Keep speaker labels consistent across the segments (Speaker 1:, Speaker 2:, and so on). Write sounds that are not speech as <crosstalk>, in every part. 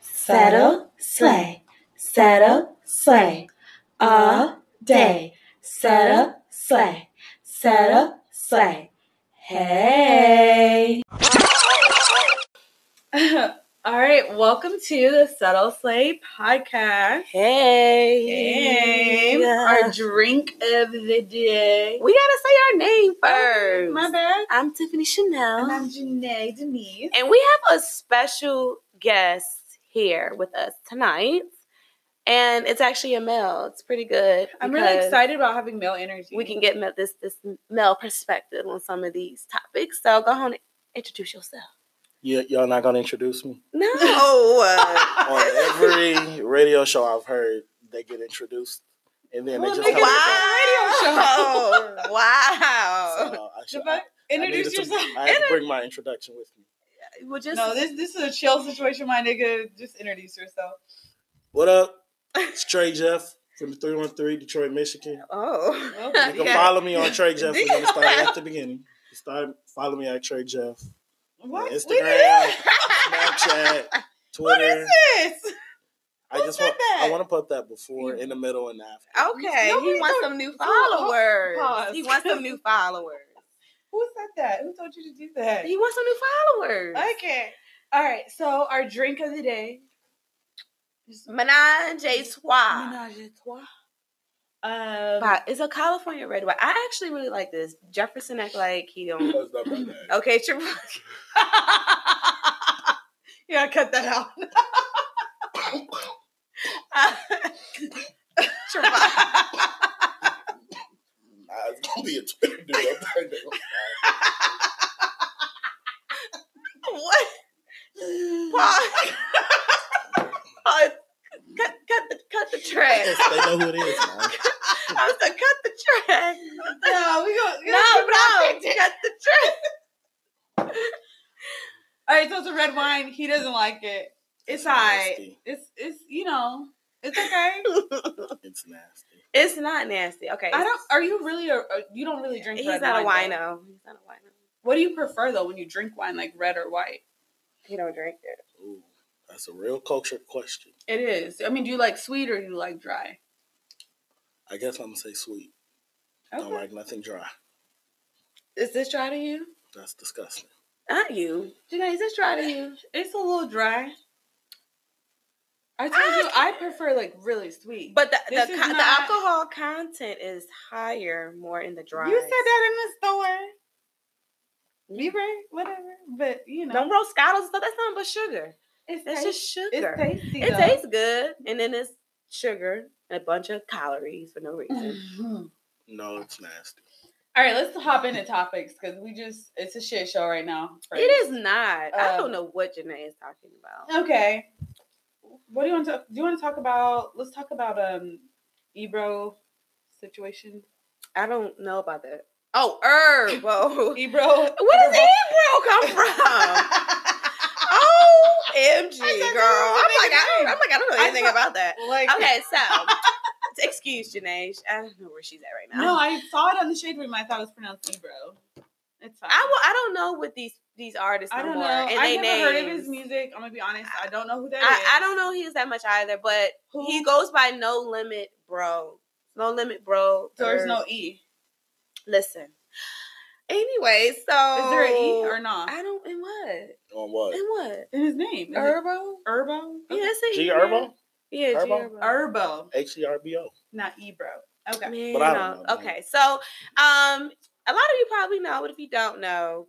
Speaker 1: Settle, slay, settle, slay, all day. Settle, slay, settle, slay. Hey.
Speaker 2: All right, welcome to the Settle Slay podcast.
Speaker 1: Hey.
Speaker 2: Hey, our drink of the day.
Speaker 1: we gotta say our name first.
Speaker 2: Oh, My bad.
Speaker 1: I'm Tiffany Chanel.
Speaker 2: And I'm Janae Denise.
Speaker 1: And we have a special guest here with us tonight. And it's actually a male. It's pretty good.
Speaker 2: I'm really
Speaker 1: because
Speaker 2: excited about having male energy. <laughs>
Speaker 1: We can get ma- this this male perspective on some of these topics. So go on and introduce yourself.
Speaker 3: You, y'all not gonna introduce me?
Speaker 1: <laughs> No.
Speaker 3: On every radio show I've heard, they get introduced, and then
Speaker 2: Well,
Speaker 3: they
Speaker 2: they
Speaker 3: just
Speaker 2: get
Speaker 3: come back.
Speaker 2: radio <laughs>
Speaker 4: wow.
Speaker 2: show.
Speaker 3: So, uh, I should-
Speaker 2: Shabbat,
Speaker 3: I needed
Speaker 2: Introduce
Speaker 3: to-
Speaker 2: yourself.
Speaker 3: I had to bring my introduction with me.
Speaker 1: Well, just
Speaker 2: No, this this is a chill situation, my nigga. Just introduce yourself.
Speaker 3: What up? It's Trey Jeff from the 313 Detroit, Michigan.
Speaker 1: <laughs>
Speaker 4: Oh.
Speaker 3: You can
Speaker 4: Yeah.
Speaker 3: follow me
Speaker 2: <laughs>
Speaker 3: on Trey Jeff. We're gonna start
Speaker 4: Yeah.
Speaker 3: at the beginning. You Start follow me at Trey Jeff.
Speaker 2: What? We
Speaker 3: Instagram.
Speaker 2: did-
Speaker 3: Snapchat,
Speaker 2: <laughs> What
Speaker 3: Twitter.
Speaker 2: is this?
Speaker 3: I
Speaker 2: Who
Speaker 3: just
Speaker 2: said
Speaker 3: want
Speaker 2: that? Oh.
Speaker 3: I want to put that before, in the middle, and after.
Speaker 4: Okay.
Speaker 2: No, we
Speaker 4: he wants
Speaker 2: don't-
Speaker 4: some new
Speaker 2: Hold on, hold-
Speaker 4: followers.
Speaker 2: pause.
Speaker 4: He wants some new followers.
Speaker 2: Who said that? Who told you to do that?
Speaker 4: He wants some new followers.
Speaker 2: Okay. All right. So our drink of the day.
Speaker 4: Menage a
Speaker 2: Ah.
Speaker 4: trois.
Speaker 2: Um,
Speaker 4: Wow, It's a California red wine. I actually really like this. Jefferson act like he <laughs> don't.
Speaker 3: That's not my name.
Speaker 4: Okay, true.
Speaker 2: <laughs> yeah, cut that out.
Speaker 4: <laughs>
Speaker 2: <laughs>
Speaker 4: Trevon.
Speaker 3: Nah, It's gonna be a Twitter dude. I'm trying to-
Speaker 4: <laughs> What? Pause. Pause. Cut, cut the cut the <laughs> trash.
Speaker 3: Yes, they know who it is,
Speaker 4: <laughs>
Speaker 3: man.
Speaker 4: I was like, cut the trash.
Speaker 2: no, we go.
Speaker 4: No, no, cut the trash.
Speaker 2: <laughs> All right, so it's a red wine. He doesn't like it. It's
Speaker 3: It's
Speaker 2: alright.
Speaker 3: nasty.
Speaker 2: It's it's you know it's <laughs> okay.
Speaker 3: It's nasty.
Speaker 4: It's not nasty. Okay.
Speaker 2: I don't. Are you really a? a- You don't really drink.
Speaker 4: He's
Speaker 2: red
Speaker 4: not a
Speaker 2: wine, though.
Speaker 4: wino. He's not a wino.
Speaker 2: What do you prefer though when you drink wine, like red or white?
Speaker 4: He don't drink it.
Speaker 3: Ooh, that's a real culture question.
Speaker 2: It is. I mean, do you like sweet or do you like dry?
Speaker 3: I guess I'm gonna say sweet. Don't like nothing dry.
Speaker 4: Is this dry to you?
Speaker 3: That's disgusting.
Speaker 4: Not you. Janae, is this dry to you?
Speaker 2: It's a little dry. I told
Speaker 4: I-
Speaker 2: you I prefer like really sweet.
Speaker 4: But the
Speaker 2: This
Speaker 4: the,
Speaker 2: is
Speaker 4: con- the
Speaker 2: not-
Speaker 4: alcohol content is higher, more in the dry.
Speaker 2: you said that in the store. Libre, whatever. But you know,
Speaker 4: Don't roll Skittles. though. That's nothing but sugar.
Speaker 2: it's
Speaker 4: That's
Speaker 2: taste-
Speaker 4: just sugar.
Speaker 2: It's tasty.
Speaker 4: It
Speaker 2: though.
Speaker 4: tastes good, and then it's sugar and a bunch of calories for no reason.
Speaker 2: Mhm.
Speaker 3: No, it's nasty.
Speaker 2: All right, let's hop into topics because we just it's a shit show right now.
Speaker 4: It is not. I
Speaker 2: Um,
Speaker 4: don't know what Janae is talking about.
Speaker 2: Okay. What do you want to do you want to talk about? Let's talk about um Ebro situation.
Speaker 4: I don't know about that. Oh, herb. <laughs> Whoa.
Speaker 2: Ebro.
Speaker 4: Where does <laughs> Ebro come <laughs> from? OMG, girl.
Speaker 2: I
Speaker 4: I'm
Speaker 2: thought
Speaker 4: like,
Speaker 2: that was
Speaker 4: I don't,
Speaker 2: a nigga
Speaker 4: I'm like, I don't know
Speaker 2: I
Speaker 4: anything
Speaker 2: thought-
Speaker 4: about that.
Speaker 2: <laughs> like
Speaker 4: Okay, <laughs> so excuse Janae. I don't know where she's at right now.
Speaker 2: No, I saw it on the shade room. I thought it was pronounced Ebro. It's fine.
Speaker 4: I, will, I don't know what these these artists
Speaker 2: I
Speaker 4: no
Speaker 2: don't know.
Speaker 4: more,
Speaker 2: I've
Speaker 4: And they
Speaker 2: never heard of
Speaker 4: names.
Speaker 2: his music. I'm gonna be honest. I don't know who that is.
Speaker 4: I, I don't know his that much either, but
Speaker 2: Who?
Speaker 4: he goes by No Limit Bro. No Limit Bro.
Speaker 2: There's
Speaker 4: or-
Speaker 2: no E.
Speaker 4: listen. Anyway, so
Speaker 2: Is there an E or not?
Speaker 4: I don't. In what?
Speaker 3: On what?
Speaker 4: In what?
Speaker 2: In his name. Is it
Speaker 4: Herbo.
Speaker 2: Erbo?
Speaker 4: Yeah, it's a
Speaker 3: G
Speaker 4: yeah.
Speaker 3: Herbo?
Speaker 4: Yeah, G
Speaker 3: Herbo?
Speaker 4: Herbo.
Speaker 2: Erbo,
Speaker 3: H E R B O.
Speaker 2: not Ebro. Okay.
Speaker 4: Man,
Speaker 3: But I don't
Speaker 4: uh,
Speaker 3: know, man.
Speaker 4: okay, so um, a lot of you probably know, but if you don't know,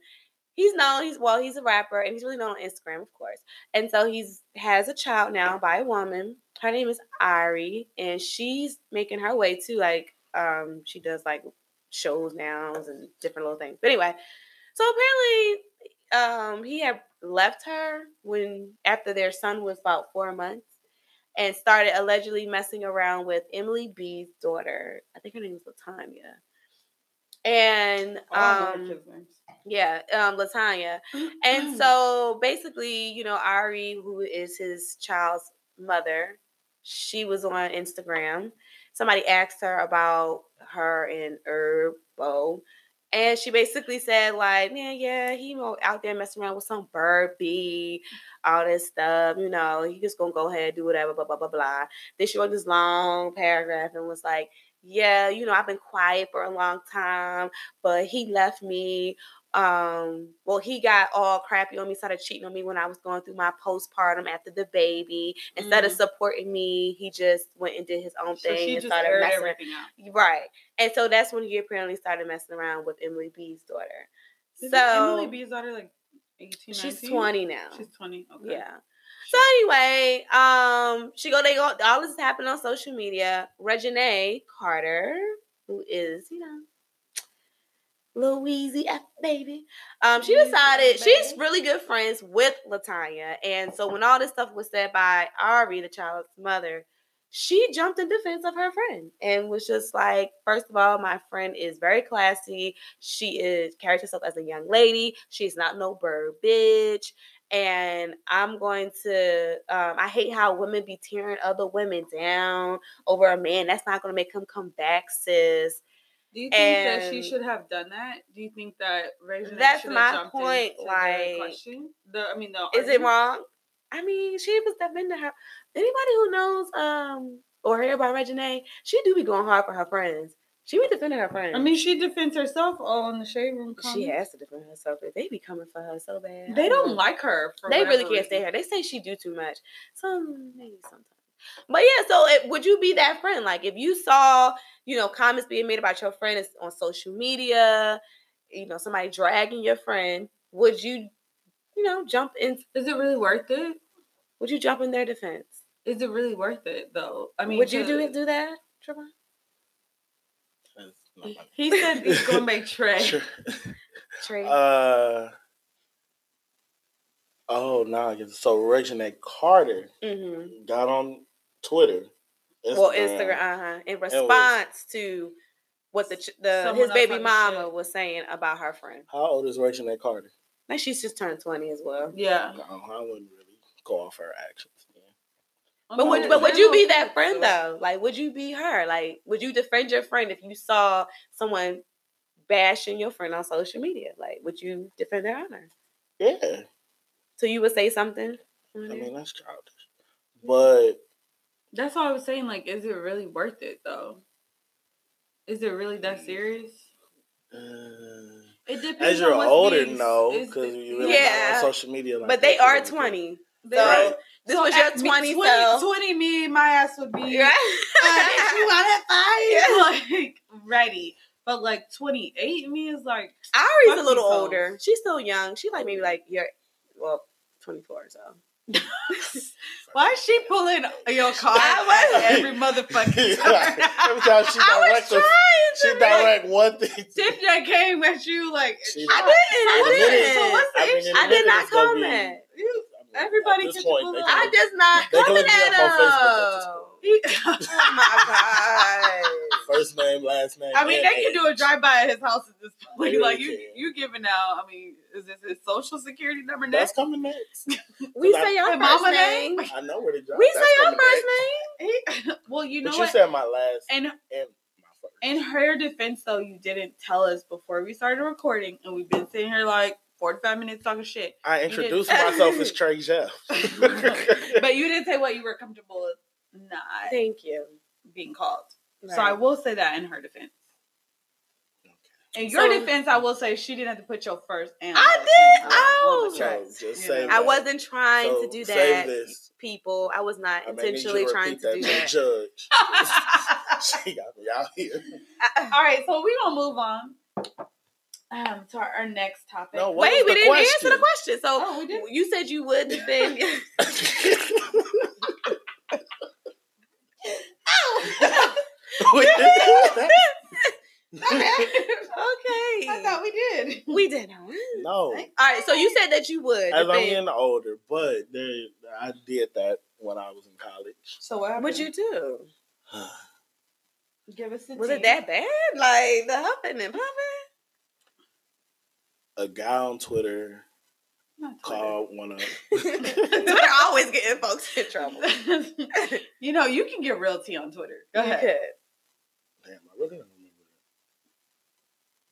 Speaker 4: he's known. He's well, he's a rapper, and he's really known on Instagram, of course. And so he's has a child now by a woman. Her name is Ari, and she's making her way to like um, she does like shows now and different little things. But anyway, so apparently, um, he had left her when after their son was about four months, and started allegedly messing around with Emily B's daughter. I think her name was Latanya. And
Speaker 2: All of their
Speaker 4: um,
Speaker 2: kids' names.
Speaker 4: yeah, um, Latanya. And so basically, you know, Ari, who is his child's mother, she was on Instagram. Somebody asked her about her and Herbo. And she basically said, like, man, yeah, he mo- out there messing around with some Burpee, all this stuff, you know, he just gonna go ahead and do whatever, blah, blah, blah, blah. Then she wrote this long paragraph and was like, yeah, you know, I've been quiet for a long time, but he left me. Um, well, he got all crappy on me, started cheating on me when I was going through my postpartum after the baby. Instead of
Speaker 2: Mm.
Speaker 4: supporting me, he just went and did his own
Speaker 2: So
Speaker 4: thing
Speaker 2: she
Speaker 4: and
Speaker 2: just
Speaker 4: started
Speaker 2: aired
Speaker 4: messing
Speaker 2: everything out.
Speaker 4: Right. And so that's when you apparently started messing around with Emily B's daughter.
Speaker 2: Isn't
Speaker 4: so
Speaker 2: Emily B's daughter like 18,
Speaker 4: she's
Speaker 2: 19?
Speaker 4: 20 now.
Speaker 2: She's 20. Okay.
Speaker 4: Yeah. So anyway, um, she go they go all this happened on social media. Regine Carter, who is, you know, Lil Weezy F baby. Um, she
Speaker 2: Weezy F
Speaker 4: decided she's
Speaker 2: baby.
Speaker 4: really good friends with Latanya. And so when all this stuff was said by Ari, the child's mother, she jumped in defense of her friend and was just like, first of all, my friend is very classy. She is carries herself as a young lady. She's not no bird bitch and I'm going to. Um, I hate how women be tearing other women down over a man. That's not going to make him come back, sis.
Speaker 2: Do you think that she
Speaker 4: And-
Speaker 2: should have done that? Do you think that Regina
Speaker 4: That's
Speaker 2: should have
Speaker 4: my
Speaker 2: jumped
Speaker 4: point,
Speaker 2: into the
Speaker 4: like,
Speaker 2: question? The, I mean, the
Speaker 4: Is it
Speaker 2: argument?
Speaker 4: wrong? I mean, she was that been to her. Anybody who knows um or hear about Regine, she do be going hard for her friends. She be defending her friends.
Speaker 2: I mean, she defends herself all in the shade room. Comments.
Speaker 4: she has to defend herself. 'cause They be coming for her so bad.
Speaker 2: They
Speaker 4: I
Speaker 2: don't
Speaker 4: know.
Speaker 2: like her. For
Speaker 4: They really
Speaker 2: whatever
Speaker 4: can't stay
Speaker 2: reason.
Speaker 4: here. They say she do too much. Some maybe sometimes. But yeah, so it, would you be that friend? Like if you saw, you know, comments being made about your friend is on social media, you know, somebody dragging your friend, would you, you know, jump in?
Speaker 2: Is it really worth it?
Speaker 4: Would you jump in their defense?
Speaker 2: Is it really worth it though? I mean,
Speaker 4: would you do
Speaker 2: to-
Speaker 4: it? Do that, Trevon?
Speaker 3: That's not my-
Speaker 2: He said he's
Speaker 3: <laughs>
Speaker 2: gonna make Trey.
Speaker 3: Sure. <laughs>
Speaker 4: Trey?
Speaker 3: Uh, oh, now I get so Regina Carter
Speaker 4: mm-hmm.
Speaker 3: got on Twitter.
Speaker 4: Well, Instagram. Uh huh. In
Speaker 3: was-
Speaker 4: response to what the ch- the his
Speaker 2: Someone else
Speaker 4: baby
Speaker 2: on the
Speaker 4: mama
Speaker 2: ship.
Speaker 4: was saying about her friend.
Speaker 3: How old is Regina Carter?
Speaker 4: Like she's just turned twenty as well.
Speaker 2: Yeah.
Speaker 3: No, I wouldn't really go off her actions.
Speaker 4: But
Speaker 2: I'm
Speaker 4: would
Speaker 2: not
Speaker 4: but would you be
Speaker 2: saying
Speaker 4: that
Speaker 2: no,
Speaker 4: friend
Speaker 2: but-
Speaker 4: though? Like would you be her? Like would you defend your friend if you saw someone bashing your friend on social media? Like would you defend their honor?
Speaker 3: Yeah,
Speaker 4: So you would say something? on
Speaker 3: I
Speaker 4: there?
Speaker 3: mean that's childish. But
Speaker 2: That's all I was saying. Like, is it really worth it though? Is it really that
Speaker 3: Mm.
Speaker 2: serious?
Speaker 3: uh,
Speaker 2: It depends.
Speaker 3: as you're
Speaker 2: on what's
Speaker 3: older,
Speaker 2: being-
Speaker 3: no,
Speaker 2: is-
Speaker 3: because you really
Speaker 4: Yeah.
Speaker 3: not on social media. Like
Speaker 4: but they
Speaker 3: that,
Speaker 4: are
Speaker 3: so- <laughs>
Speaker 4: twenty.
Speaker 2: They
Speaker 4: So
Speaker 3: Right.
Speaker 4: this
Speaker 2: So
Speaker 4: was
Speaker 2: at
Speaker 4: your
Speaker 2: me-
Speaker 4: twenty
Speaker 2: 20,
Speaker 4: so
Speaker 2: 20 me, my ass would be.
Speaker 4: <laughs>
Speaker 2: <laughs>
Speaker 4: right.
Speaker 2: want it Like, ready. But like 28 me is like,
Speaker 4: Ari's a
Speaker 2: Fuck
Speaker 4: little
Speaker 2: yourself.
Speaker 4: older. She's still young. She's like maybe like your well, twenty four, so
Speaker 2: why is she pulling your car <laughs>
Speaker 4: I was-
Speaker 2: every
Speaker 3: <laughs>
Speaker 2: motherfucking time?
Speaker 3: Every
Speaker 2: <laughs>
Speaker 3: time she
Speaker 4: I was
Speaker 3: directs,
Speaker 4: trying
Speaker 3: us- she
Speaker 4: to be-
Speaker 3: direct one
Speaker 4: <laughs>
Speaker 3: thing.
Speaker 2: Tiffany came at you like,
Speaker 3: She-
Speaker 4: I didn't, I
Speaker 3: Admitted.
Speaker 4: didn't.
Speaker 2: So what's the
Speaker 3: I mean,
Speaker 2: issue?
Speaker 4: I did
Speaker 3: admitted
Speaker 4: not
Speaker 3: it's gonna be-
Speaker 4: comment.
Speaker 2: you,
Speaker 3: I mean,
Speaker 2: Everybody
Speaker 3: at this
Speaker 2: catch a
Speaker 3: point, they
Speaker 2: bullet.
Speaker 3: can-
Speaker 4: I just not
Speaker 3: They can
Speaker 4: coming
Speaker 3: look me
Speaker 4: at
Speaker 3: up on Facebook at this
Speaker 4: them. Oh my
Speaker 3: <laughs>
Speaker 4: god.
Speaker 3: First name, last name.
Speaker 2: <laughs> I mean,
Speaker 3: and
Speaker 2: they can
Speaker 3: age.
Speaker 2: do a drive by at his house at this
Speaker 3: They
Speaker 2: point.
Speaker 3: really
Speaker 2: Like you,
Speaker 3: can.
Speaker 2: you giving out. I mean, is this his social security number
Speaker 3: That's
Speaker 2: next?
Speaker 4: <laughs>
Speaker 3: coming next.
Speaker 4: We
Speaker 3: Cause I-
Speaker 4: say our
Speaker 2: And
Speaker 4: first
Speaker 2: mama
Speaker 4: name.
Speaker 2: name?
Speaker 3: I know where to drop.
Speaker 4: We
Speaker 3: That's
Speaker 4: say our
Speaker 3: coming
Speaker 4: first
Speaker 3: next.
Speaker 4: name.
Speaker 2: <laughs> well, you know
Speaker 3: But you
Speaker 2: what?
Speaker 3: said my last
Speaker 2: and
Speaker 3: and my first.
Speaker 2: in her defense, though, you didn't tell us before we started recording, and we've been sitting here like forty five minutes talking shit.
Speaker 3: <laughs> I
Speaker 2: you
Speaker 4: <laughs>
Speaker 2: did-
Speaker 3: introduced myself as Trey Jeff.
Speaker 2: but you didn't say what you were comfortable with not
Speaker 4: Thank you.
Speaker 2: being called. So I will say that in her defense. In your
Speaker 4: So-
Speaker 2: defense, I will say she didn't have to put your first and.
Speaker 4: I
Speaker 2: last
Speaker 4: did!
Speaker 2: name on-
Speaker 4: Oh!
Speaker 2: on the
Speaker 3: <laughs> so <laughs>
Speaker 2: track.
Speaker 3: just
Speaker 2: Yeah.
Speaker 3: say
Speaker 2: I
Speaker 4: I
Speaker 3: that.
Speaker 4: wasn't trying
Speaker 3: So
Speaker 4: to do
Speaker 3: save
Speaker 4: that,
Speaker 3: this.
Speaker 4: people. I was not
Speaker 3: I may need you
Speaker 4: intentionally
Speaker 3: repeat
Speaker 4: trying to
Speaker 3: that
Speaker 4: do
Speaker 3: to the
Speaker 4: that.
Speaker 3: Judge. she got me out <laughs> here.
Speaker 2: All right, so we're gonna move on um, to our, our next topic.
Speaker 3: No, what
Speaker 4: Wait,
Speaker 3: was
Speaker 4: we
Speaker 3: the
Speaker 4: didn't
Speaker 3: question?
Speaker 4: answer the question.
Speaker 2: <laughs>
Speaker 4: So
Speaker 2: Oh, we
Speaker 3: <laughs>
Speaker 2: did.
Speaker 4: you said you would <laughs> defend.
Speaker 3: We did that.
Speaker 2: I
Speaker 4: okay.
Speaker 2: thought we did. <laughs>
Speaker 4: We did not.
Speaker 3: no.
Speaker 4: All right, so you said that you would
Speaker 3: As I'm
Speaker 4: defend.
Speaker 3: getting older, but there, I did that when I was in college.
Speaker 2: So what happened?
Speaker 4: What'd you do?
Speaker 2: give us? the
Speaker 4: Was it
Speaker 2: tea.
Speaker 4: that bad? Like the huffing and puffing?
Speaker 3: A guy on Twitter
Speaker 2: Not Twitter.
Speaker 3: called one of
Speaker 2: <laughs>
Speaker 4: <laughs> Twitter always getting folks in trouble.
Speaker 2: you know, you can get real tea on Twitter. Go
Speaker 4: You
Speaker 2: ahead.
Speaker 4: could.
Speaker 3: damn, I really don't remember.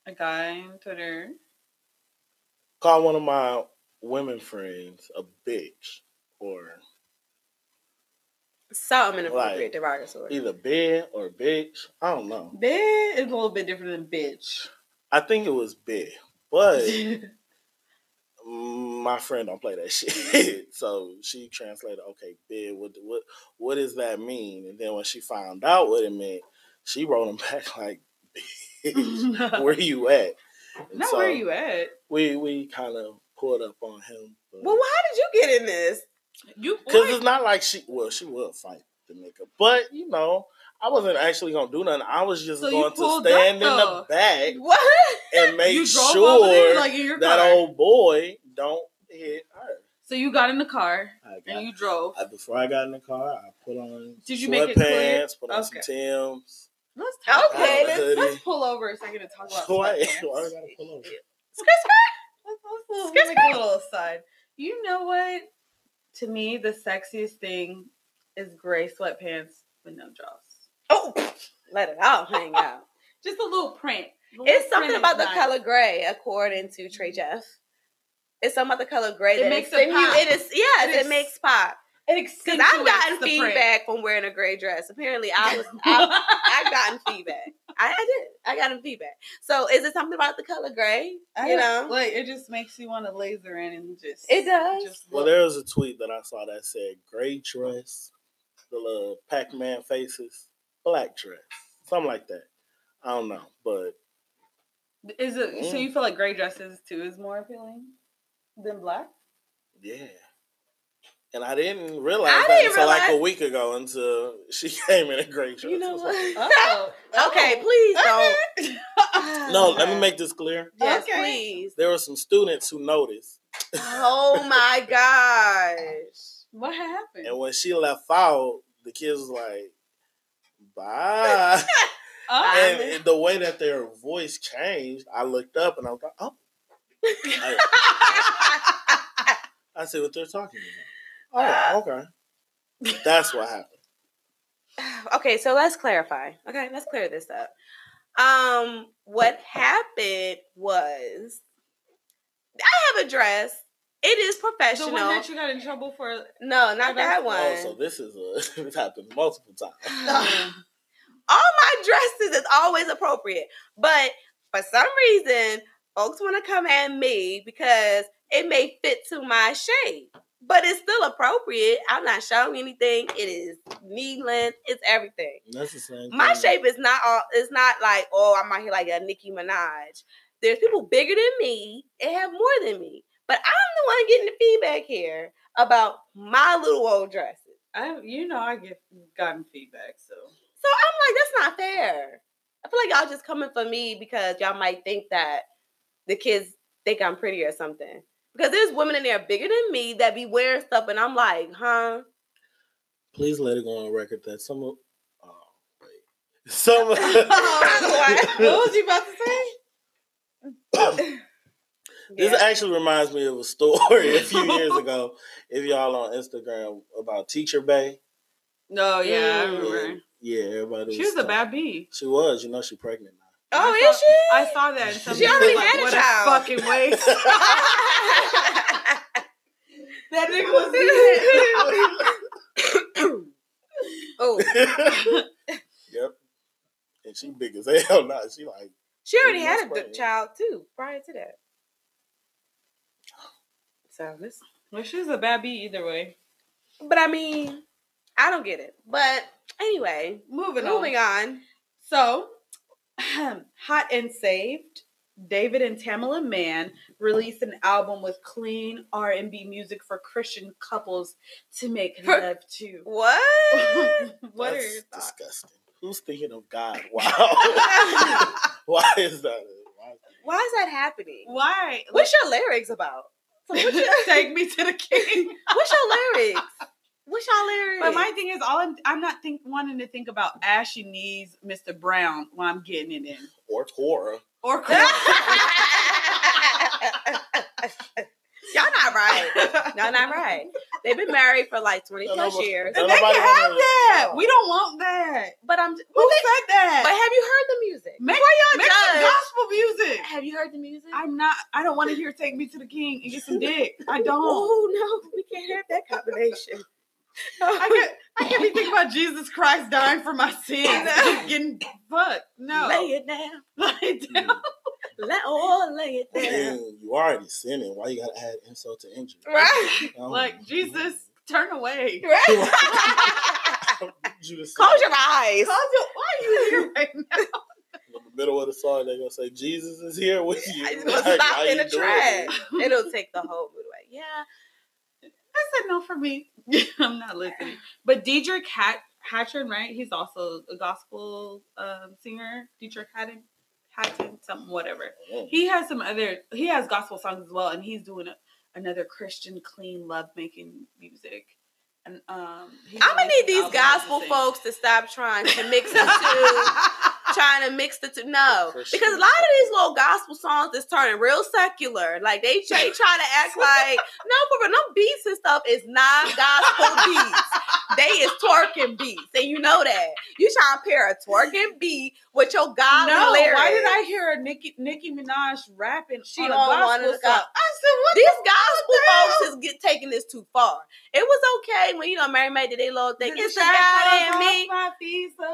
Speaker 2: a guy on Twitter.
Speaker 3: Call one of my women friends a bitch or
Speaker 4: Something inappropriate, derogatory.
Speaker 3: either bed or bitch. I don't know.
Speaker 2: Bitch is a little bit different than bitch.
Speaker 3: I think it was bed, but
Speaker 2: <laughs>
Speaker 3: my friend don't play that <laughs> shit. so she translated, okay, bed. What what what does that mean? And then when she found out what it meant, she wrote him <laughs> back like,
Speaker 2: <laughs>
Speaker 3: bitch,
Speaker 2: Not
Speaker 3: where you at? And so
Speaker 2: where you at.
Speaker 3: We we kind of pulled up on him. but-
Speaker 4: Well, how did you get in this?
Speaker 2: You
Speaker 3: Cause it's not like she well, she will fight the nigga. But you know, I wasn't actually gonna do nothing. I was just
Speaker 2: So you
Speaker 3: going to
Speaker 2: pulled
Speaker 3: stand
Speaker 2: up,
Speaker 3: in the
Speaker 2: though. <laughs>
Speaker 3: back
Speaker 4: What?
Speaker 3: and make
Speaker 2: you drove over
Speaker 3: sure
Speaker 2: there, like in your
Speaker 3: that
Speaker 2: car.
Speaker 3: old boy don't hit her.
Speaker 2: so you got in the car
Speaker 3: I got,
Speaker 2: and you drove.
Speaker 3: I, before I got in the car, I put on
Speaker 2: Did you make it clear?
Speaker 3: sweatpants, put on some
Speaker 2: Okay.
Speaker 3: Tim's.
Speaker 2: Let's talk.
Speaker 4: Okay,
Speaker 2: About,
Speaker 3: let's-
Speaker 2: let's, let's pull over a second and
Speaker 3: <laughs>
Speaker 2: talk about.
Speaker 3: Why?
Speaker 2: sweatpants.
Speaker 3: Why I gotta pull over?
Speaker 2: Let's, let's, let's make a little aside. You know what? To me, the sexiest thing is gray sweatpants with no draws.
Speaker 4: Oh, <laughs> let it all
Speaker 2: <laughs>
Speaker 4: hang out.
Speaker 2: Just a little print. The little
Speaker 4: It's something
Speaker 2: print
Speaker 4: about the
Speaker 2: is nice.
Speaker 4: color gray, according to Trey Jeff. It's something about the color gray
Speaker 2: Mm-hmm. It
Speaker 4: that
Speaker 2: makes
Speaker 4: makes
Speaker 2: it
Speaker 4: it
Speaker 2: pop.
Speaker 4: It is, yes,
Speaker 2: It
Speaker 4: it,
Speaker 2: is-
Speaker 4: makes pop.
Speaker 2: It
Speaker 4: Because
Speaker 2: accentuates
Speaker 4: I've gotten
Speaker 2: the print. <laughs>
Speaker 4: feedback from wearing a gray dress. Apparently, I was I, I've gotten feedback. I, I did. I gotten feedback. So, is it something about the color gray?
Speaker 2: I
Speaker 4: you
Speaker 2: don't-
Speaker 4: know,
Speaker 2: like it just makes you want to laser in and just.
Speaker 4: It does.
Speaker 2: Just
Speaker 3: Well,
Speaker 2: look.
Speaker 3: there was a tweet that I saw that said, "Gray dress, the little Pac-Man faces, black dress, something like that." I don't know, but
Speaker 2: Is it so
Speaker 3: Mm.
Speaker 2: you feel like gray dresses too is more appealing
Speaker 4: <laughs>
Speaker 2: than black?
Speaker 3: yeah. And I didn't realize
Speaker 4: I
Speaker 3: that
Speaker 4: didn't
Speaker 3: until like a
Speaker 4: realize-
Speaker 3: week ago until she <laughs> came in a gray dress.
Speaker 4: you know
Speaker 3: I was
Speaker 4: what?
Speaker 3: like,
Speaker 2: Oh,
Speaker 4: <laughs> okay, please don't.
Speaker 3: no,
Speaker 2: <laughs>
Speaker 3: let me make this clear.
Speaker 4: Yes,
Speaker 2: Okay.
Speaker 3: <laughs>
Speaker 4: please.
Speaker 3: There were some students who noticed,
Speaker 4: Oh my gosh.
Speaker 2: What happened?
Speaker 3: and when she left out, the kids was like,
Speaker 4: <laughs>
Speaker 3: "Bye."
Speaker 2: Oh,
Speaker 3: and, and the way that their voice changed, I looked up and I was like, "Oh."
Speaker 4: <laughs>
Speaker 3: I- I see what they're talking about. Oh, okay. That's what happened.
Speaker 4: Ah, okay, so let's clarify. Okay, let's clear this up. Um, what happened was I have a dress. It is
Speaker 2: the
Speaker 4: professional.
Speaker 2: one that you got in trouble
Speaker 4: <laughs>
Speaker 2: for.
Speaker 4: no, not that <laughs> one.
Speaker 3: Oh, so this is a <laughs> this happened multiple times.
Speaker 4: all my dresses is always appropriate. But for some reason, folks want to come at me because it may fit to my shape, but it's still appropriate. I'm not showing anything. It is knee length. It's everything.
Speaker 3: That's the same.
Speaker 4: My
Speaker 3: thing.
Speaker 4: shape is not all. It's not like oh, I'm out here like a Nicki Minaj. There's people bigger than me and have more than me, but I'm the one getting the feedback here about my little old dresses.
Speaker 2: I, you know, I get gotten feedback. So
Speaker 4: So I'm like, that's not fair. I feel like y'all just coming for me because y'all might think that the kids think I'm pretty or something. Because there's women in there bigger than me that be wearing stuff, and I'm like, huh? <laughs>
Speaker 3: Please let it go on record that some of. Oh, wait. <laughs> Some.
Speaker 4: <laughs>
Speaker 3: of-
Speaker 4: What?
Speaker 2: what was you about to say?
Speaker 3: This
Speaker 4: Yeah.
Speaker 3: actually reminds me of a story a few
Speaker 2: <laughs>
Speaker 3: years ago. If y'all on Instagram about Teacher Bay,
Speaker 2: No, yeah, I
Speaker 4: Mm.
Speaker 2: remember.
Speaker 3: yeah, everybody.
Speaker 2: She was a
Speaker 3: talking-
Speaker 2: bad bee.
Speaker 3: She was. You know, she pregnant now.
Speaker 4: oh,
Speaker 2: I
Speaker 4: is <laughs> she?
Speaker 2: I saw that. And somebody was
Speaker 3: already
Speaker 2: like,
Speaker 4: had a
Speaker 2: what
Speaker 4: child." <laughs>
Speaker 2: fucking waste. that nigga <laughs>
Speaker 4: oh,
Speaker 3: <laughs> yep. And she big as hell now. She like
Speaker 4: she already
Speaker 3: Three
Speaker 4: had
Speaker 3: months
Speaker 4: a d-
Speaker 3: pregnant.
Speaker 4: child too prior to that. So this
Speaker 2: Well, she was a bad bee either way.
Speaker 4: But I mean, I don't get it. But anyway,
Speaker 2: Moving,
Speaker 4: moving on.
Speaker 2: So, <clears throat> hot and saved. David and Tamala Mann released an album with clean R and B music for Christian couples to make
Speaker 4: For-
Speaker 2: love to. <laughs>
Speaker 4: What?
Speaker 2: <laughs> what are
Speaker 3: That's
Speaker 2: your thoughts?
Speaker 3: Disgusting. Who's thinking of God? <laughs> Wow.
Speaker 2: <laughs>
Speaker 3: Why is that? Why is
Speaker 4: Why is that happening?
Speaker 2: <laughs> Why?
Speaker 4: What's your lyrics about? What's your,
Speaker 2: <laughs> Take me to the king.
Speaker 4: what's your lyrics? What's your lyrics?
Speaker 2: But my thing is, all I'm, I'm not think, wanting to think about ashy knees, Mr. Brown, when I'm getting it in.
Speaker 3: Or Torah.
Speaker 2: Or
Speaker 4: <laughs>
Speaker 2: <laughs>
Speaker 4: Y'all not right. Y'all not right. They've been married for like 20
Speaker 3: Don't
Speaker 4: plus
Speaker 3: nobody-
Speaker 4: years.
Speaker 3: don't
Speaker 2: they can
Speaker 3: nobody
Speaker 2: have
Speaker 3: wanna-
Speaker 2: that.
Speaker 3: no.
Speaker 2: We don't want that.
Speaker 4: But I'm. Who
Speaker 2: Who said
Speaker 4: but
Speaker 2: that?
Speaker 4: have you heard the music?
Speaker 2: Make,
Speaker 4: Why
Speaker 2: make some
Speaker 4: judge?
Speaker 2: gospel music.
Speaker 4: Have you heard the music?
Speaker 2: <laughs> I'm not. I don't want to hear "Take Me to the King" and get some dick. <laughs> I don't.
Speaker 4: Oh no, we can't have that <laughs> combination.
Speaker 2: I can't. I can't be thinking about Jesus Christ dying for my <laughs> sins, and getting fucked. <laughs>
Speaker 4: Lay
Speaker 2: No,
Speaker 4: it down.
Speaker 2: Lay <laughs> down.
Speaker 4: Let all lay it down.
Speaker 3: Man, Hmm. you already sinning. Why you gotta add insult to injury?
Speaker 4: Right.
Speaker 3: Um, <laughs>
Speaker 2: like Jesus, turn away.
Speaker 4: Right. <laughs>
Speaker 3: you just-
Speaker 4: Close your eyes.
Speaker 2: Cause you- why are <laughs> you here right now?
Speaker 3: In the middle of the song, they're gonna say Jesus is
Speaker 4: <laughs>
Speaker 3: here with you.
Speaker 4: It was
Speaker 3: Like,
Speaker 4: stopped
Speaker 3: how
Speaker 4: in
Speaker 3: you
Speaker 4: the
Speaker 3: doing
Speaker 4: track.
Speaker 3: it?
Speaker 4: It'll take the whole mood away. Yeah.
Speaker 2: I said no for me. <laughs> I'm not listening. But Dietrich Hat Hatton, right? He's also a gospel um, singer. Dietrich Hatton, Hatton, something, whatever.
Speaker 3: Mm.
Speaker 2: He has some other. He has gospel songs as well, and he's doing a, another Christian clean love making music. And um, he's
Speaker 4: I'm gonna need
Speaker 2: releasing
Speaker 4: these
Speaker 2: albums at the
Speaker 4: gospel
Speaker 2: same-
Speaker 4: folks to stop trying to mix the two.
Speaker 2: <laughs>
Speaker 4: trying to mix the two. No,
Speaker 3: Christian.
Speaker 4: because a lot of these little gospel songs is turning real secular. Like they, they try to act
Speaker 2: <laughs>
Speaker 4: like no, but real, them beats and stuff is not gospel beats. They is twerking beats, and you know that. You trying to pair a twerking beat with your godly
Speaker 2: no,
Speaker 4: lyrics.
Speaker 2: why did I hear a Nicki Nicki Minaj rapping?
Speaker 4: She
Speaker 2: on a
Speaker 4: on
Speaker 2: gospel
Speaker 4: one of the
Speaker 2: song?
Speaker 4: go-
Speaker 2: I said, what?
Speaker 4: These gospel
Speaker 2: hell?
Speaker 4: folks is get taking this too far. It was okay when you know Mary Mae did they little thing. It's the God in me.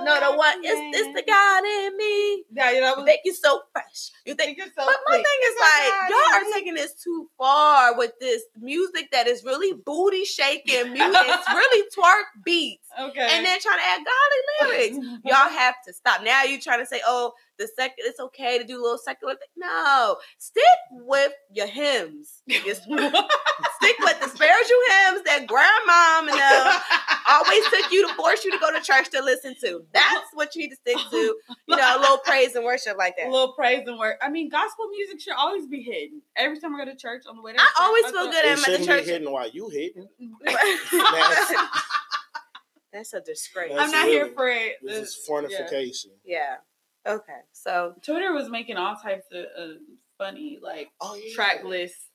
Speaker 4: No, the one. It's it's the God in me.
Speaker 2: Yeah, you know, I was-
Speaker 4: Think you so fresh. You think
Speaker 2: you're so
Speaker 4: But my
Speaker 2: sweet.
Speaker 4: thing is
Speaker 2: It's
Speaker 4: like,
Speaker 2: okay.
Speaker 4: y'all are taking this too far with this music that is really booty shaking music.
Speaker 2: <laughs>
Speaker 4: It's really twerk beats.
Speaker 2: okay.
Speaker 4: And then trying to add godly
Speaker 2: <laughs>
Speaker 4: lyrics. Y'all have to stop. Now you trying to say, oh, the sec it's okay to do a little secular thing. No. Stick with your hymns.
Speaker 2: <laughs>
Speaker 4: Your sp- Stick with the spiritual hymns that grandmom and them always took you to force you to go to church to listen to. That's what you need to stick to. You know, a little praise and worship like that.
Speaker 2: a little praise and work. I mean, gospel music should always be hidden. Every time I go to church on the way to
Speaker 4: I
Speaker 2: church,
Speaker 4: always
Speaker 2: I
Speaker 4: feel
Speaker 2: go-
Speaker 4: good
Speaker 3: It
Speaker 4: at the
Speaker 3: shouldn't
Speaker 4: church.
Speaker 3: be hitting while you hitting.
Speaker 4: That's, <laughs> a disgrace.
Speaker 2: I'm
Speaker 3: That's
Speaker 2: not here
Speaker 3: really-
Speaker 2: for it.
Speaker 3: This is
Speaker 2: Yeah.
Speaker 3: fornication.
Speaker 4: yeah. Okay. So
Speaker 2: Twitter was making all types of uh, funny like
Speaker 3: Oh yeah.
Speaker 2: track lists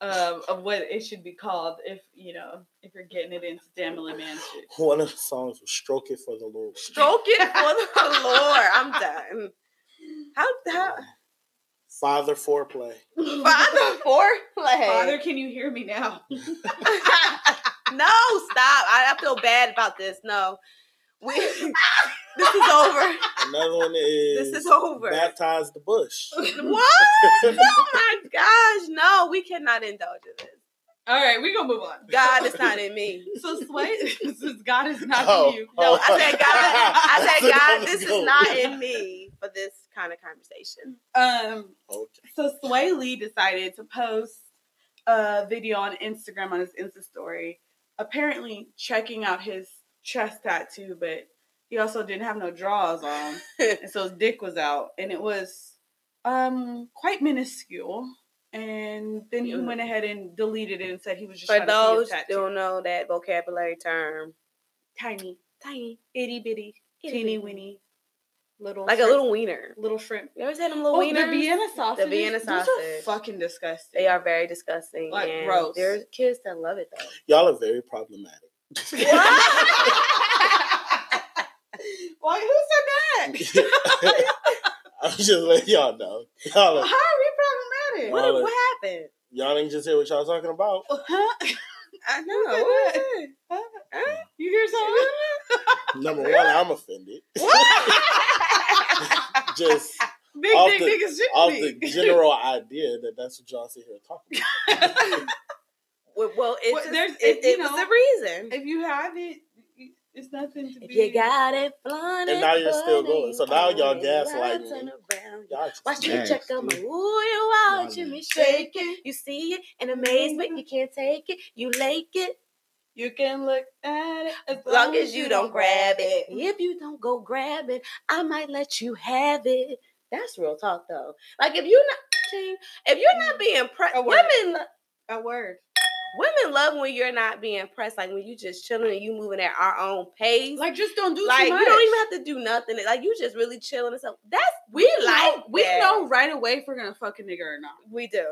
Speaker 2: um, of what it should be called if you know if you're getting it into Damala Man shit.
Speaker 3: One of the songs was "Stroke It for the Lord."
Speaker 4: stroke it
Speaker 2: <laughs>
Speaker 4: for the Lord. I'm done. How how
Speaker 3: Father foreplay.
Speaker 4: father for
Speaker 2: Father, can you hear me now?
Speaker 4: <laughs>
Speaker 2: <laughs>
Speaker 4: no, stop. I, I feel bad about this. No. We, <laughs> this is over.
Speaker 3: Another one is
Speaker 4: This is over.
Speaker 3: Baptize the bush.
Speaker 4: What? Oh my gosh. No, we cannot indulge in this.
Speaker 2: All right, we gonna move on.
Speaker 4: God is not in me.
Speaker 2: So Sway, <laughs> this is God is not
Speaker 3: Oh,
Speaker 2: for you.
Speaker 4: No, I said, God, I
Speaker 3: <laughs> That's
Speaker 4: said, God,
Speaker 3: another
Speaker 4: this is
Speaker 3: good
Speaker 4: not
Speaker 3: one.
Speaker 4: in me for this kind of conversation.
Speaker 2: Um,
Speaker 3: Okay.
Speaker 2: so Sway Lee decided to post a video on Instagram on his Insta story, apparently checking out his chest tattoo, but he also didn't have no
Speaker 4: <laughs>
Speaker 2: drawers on, and so his dick was out, and it was um quite minuscule. And then he
Speaker 4: Mhm.
Speaker 2: went ahead and deleted it and said he was just
Speaker 4: For
Speaker 2: trying to see his
Speaker 4: those who
Speaker 2: tattoo.
Speaker 4: don't know that vocabulary term,
Speaker 2: tiny,
Speaker 4: tiny,
Speaker 2: itty bitty, teeny weeny, little
Speaker 4: like a
Speaker 2: shrimp-
Speaker 4: little wiener.
Speaker 2: little shrimp.
Speaker 4: You ever had them little
Speaker 2: Oh,
Speaker 4: wieners?
Speaker 2: the Vienna sausage.
Speaker 4: Vienna sausage.
Speaker 2: fucking disgusting.
Speaker 4: They are very disgusting.
Speaker 2: Like,
Speaker 4: and
Speaker 2: gross.
Speaker 4: There's kids that love it though.
Speaker 3: Y'all are very problematic. <laughs>
Speaker 2: <laughs> Why? Who said
Speaker 3: <laughs>
Speaker 2: that?
Speaker 3: I'm just letting y'all know. Y'all,
Speaker 2: How are
Speaker 3: are,
Speaker 2: we problematic?
Speaker 3: Well,
Speaker 4: what, what happened?
Speaker 3: y'all ain't just hear what y'all talking about.
Speaker 2: Huh? <laughs>
Speaker 4: I know. <laughs>
Speaker 2: said
Speaker 4: What?
Speaker 2: that?
Speaker 4: is it?
Speaker 2: Huh? You hear something?
Speaker 3: <laughs> Number one, I'm offended. <laughs> Just
Speaker 2: Big
Speaker 3: Off
Speaker 2: dick
Speaker 3: the-
Speaker 2: niggas should
Speaker 3: off
Speaker 2: be. <laughs>
Speaker 3: the general idea that that's what y'all sit here talking about.
Speaker 4: Well, well, it's
Speaker 2: Well,
Speaker 4: just-
Speaker 2: there's-
Speaker 4: it,
Speaker 2: it- you
Speaker 4: it was
Speaker 2: know,
Speaker 4: the reason.
Speaker 2: If you have it, you- it's nothing to
Speaker 4: If
Speaker 2: be.
Speaker 4: you got it, blunt
Speaker 3: And
Speaker 4: it,
Speaker 3: now you're still
Speaker 4: blunt
Speaker 3: going.
Speaker 4: it,
Speaker 3: So now y'all
Speaker 4: blunt it,
Speaker 3: gaslighting
Speaker 4: turn
Speaker 3: me.
Speaker 4: around.
Speaker 3: Y'all just
Speaker 4: Watch me
Speaker 3: nasty.
Speaker 4: check on my ooh, you out, you
Speaker 3: Nah,
Speaker 4: me shake.
Speaker 2: shaking.
Speaker 4: You see it in amazement, you can't take it, you like it.
Speaker 2: You can look at it as
Speaker 4: As long as you don't grab it. If you don't go grab it, I might let you have it. That's real talk though. Like if you're not Ching, if you're not being pressed,
Speaker 2: A word.
Speaker 4: women lo-
Speaker 2: A word.
Speaker 4: women love when you're not being pressed. Like when you just chilling and you moving at our own pace.
Speaker 2: Like, just don't do
Speaker 4: Like you
Speaker 2: too much.
Speaker 4: don't even have to do nothing. Like you just really chilling and stuff. That's we,
Speaker 2: We
Speaker 4: like
Speaker 2: know- we
Speaker 4: that.
Speaker 2: know right away if we're gonna fuck a nigga or not.
Speaker 4: we do.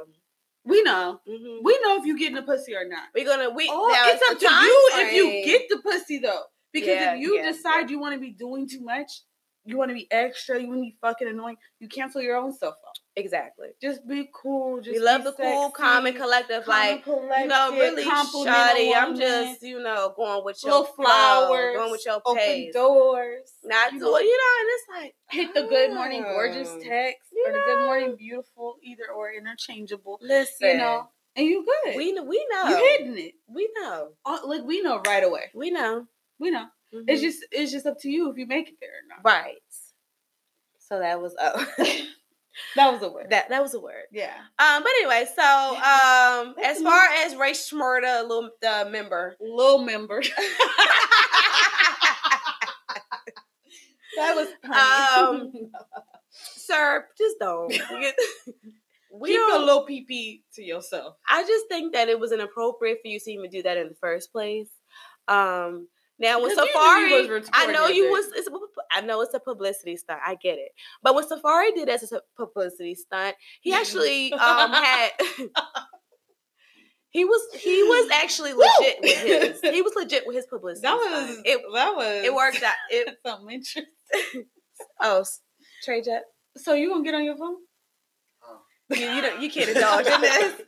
Speaker 2: We know.
Speaker 4: Mhm.
Speaker 2: We know if you getting a pussy or not.
Speaker 4: We're gonna we
Speaker 2: Oh,
Speaker 4: now
Speaker 2: it's
Speaker 4: a
Speaker 2: up to
Speaker 4: time
Speaker 2: you if
Speaker 4: frame.
Speaker 2: you get the pussy though. Because
Speaker 4: Yeah,
Speaker 2: if you
Speaker 4: yeah,
Speaker 2: decide you want to be doing too much, you want to be extra, you want to be fucking annoying, you cancel your own cell phone.
Speaker 4: exactly.
Speaker 2: Just be cool. Just
Speaker 4: we love
Speaker 2: be
Speaker 4: the cool, calm, and
Speaker 2: sexy,
Speaker 4: collective.
Speaker 2: calm
Speaker 4: like
Speaker 2: and collected,
Speaker 4: you know, really,
Speaker 2: compliment a
Speaker 4: shoddy. I'm
Speaker 2: woman,
Speaker 4: just you know going with your
Speaker 2: little
Speaker 4: flow,
Speaker 2: flowers,
Speaker 4: going with your
Speaker 2: open
Speaker 4: pace,
Speaker 2: doors.
Speaker 4: not
Speaker 2: you
Speaker 4: doing you
Speaker 2: know.
Speaker 4: know, and it's like
Speaker 2: <laughs> Hit the good morning gorgeous
Speaker 4: Oh.
Speaker 2: text
Speaker 4: You
Speaker 2: or the good
Speaker 4: know.
Speaker 2: morning beautiful, either or interchangeable.
Speaker 4: Listen,
Speaker 2: You know, and you good.
Speaker 4: we kn- we know,
Speaker 2: you hitting it.
Speaker 4: we know,
Speaker 2: Uh, Like we know right away.
Speaker 4: we know. Mm-hmm.
Speaker 2: We know. It's just it's just up to you if you make it there or not.
Speaker 4: right. So that was oh <laughs>
Speaker 2: That was a word.
Speaker 4: that that was a word.
Speaker 2: yeah.
Speaker 4: Um, but anyway, so um, as far as Ray Schmurda, little the
Speaker 2: <laughs>
Speaker 4: member, <laughs>
Speaker 2: Little member. that was
Speaker 4: Um,
Speaker 2: funny. <laughs>
Speaker 4: sir, just don't. <laughs> we
Speaker 2: Keep your
Speaker 4: don't
Speaker 2: little pee pee to yourself.
Speaker 4: I just think that it was inappropriate for you to even do that in the first place. Um, now when
Speaker 2: Because you knew
Speaker 4: Safari,
Speaker 2: you was recording
Speaker 4: I know you
Speaker 2: it.
Speaker 4: was. It's, a pu- pu- I know it's a publicity stunt. I get it. But when Safari did as a publicity stunt, he
Speaker 2: Mm-hmm.
Speaker 4: actually um,
Speaker 2: <laughs>
Speaker 4: had. He was he was actually legit with his.
Speaker 2: <laughs>
Speaker 4: He was legit with his publicity.
Speaker 2: That
Speaker 4: stunt.
Speaker 2: was
Speaker 4: it.
Speaker 2: that was
Speaker 4: It worked out. It
Speaker 2: <laughs> something interesting.
Speaker 4: oh s- Trey Jet,
Speaker 2: So you gonna get on your phone?
Speaker 4: Um, you you, don't, you
Speaker 2: <laughs>
Speaker 4: can't indulge in this.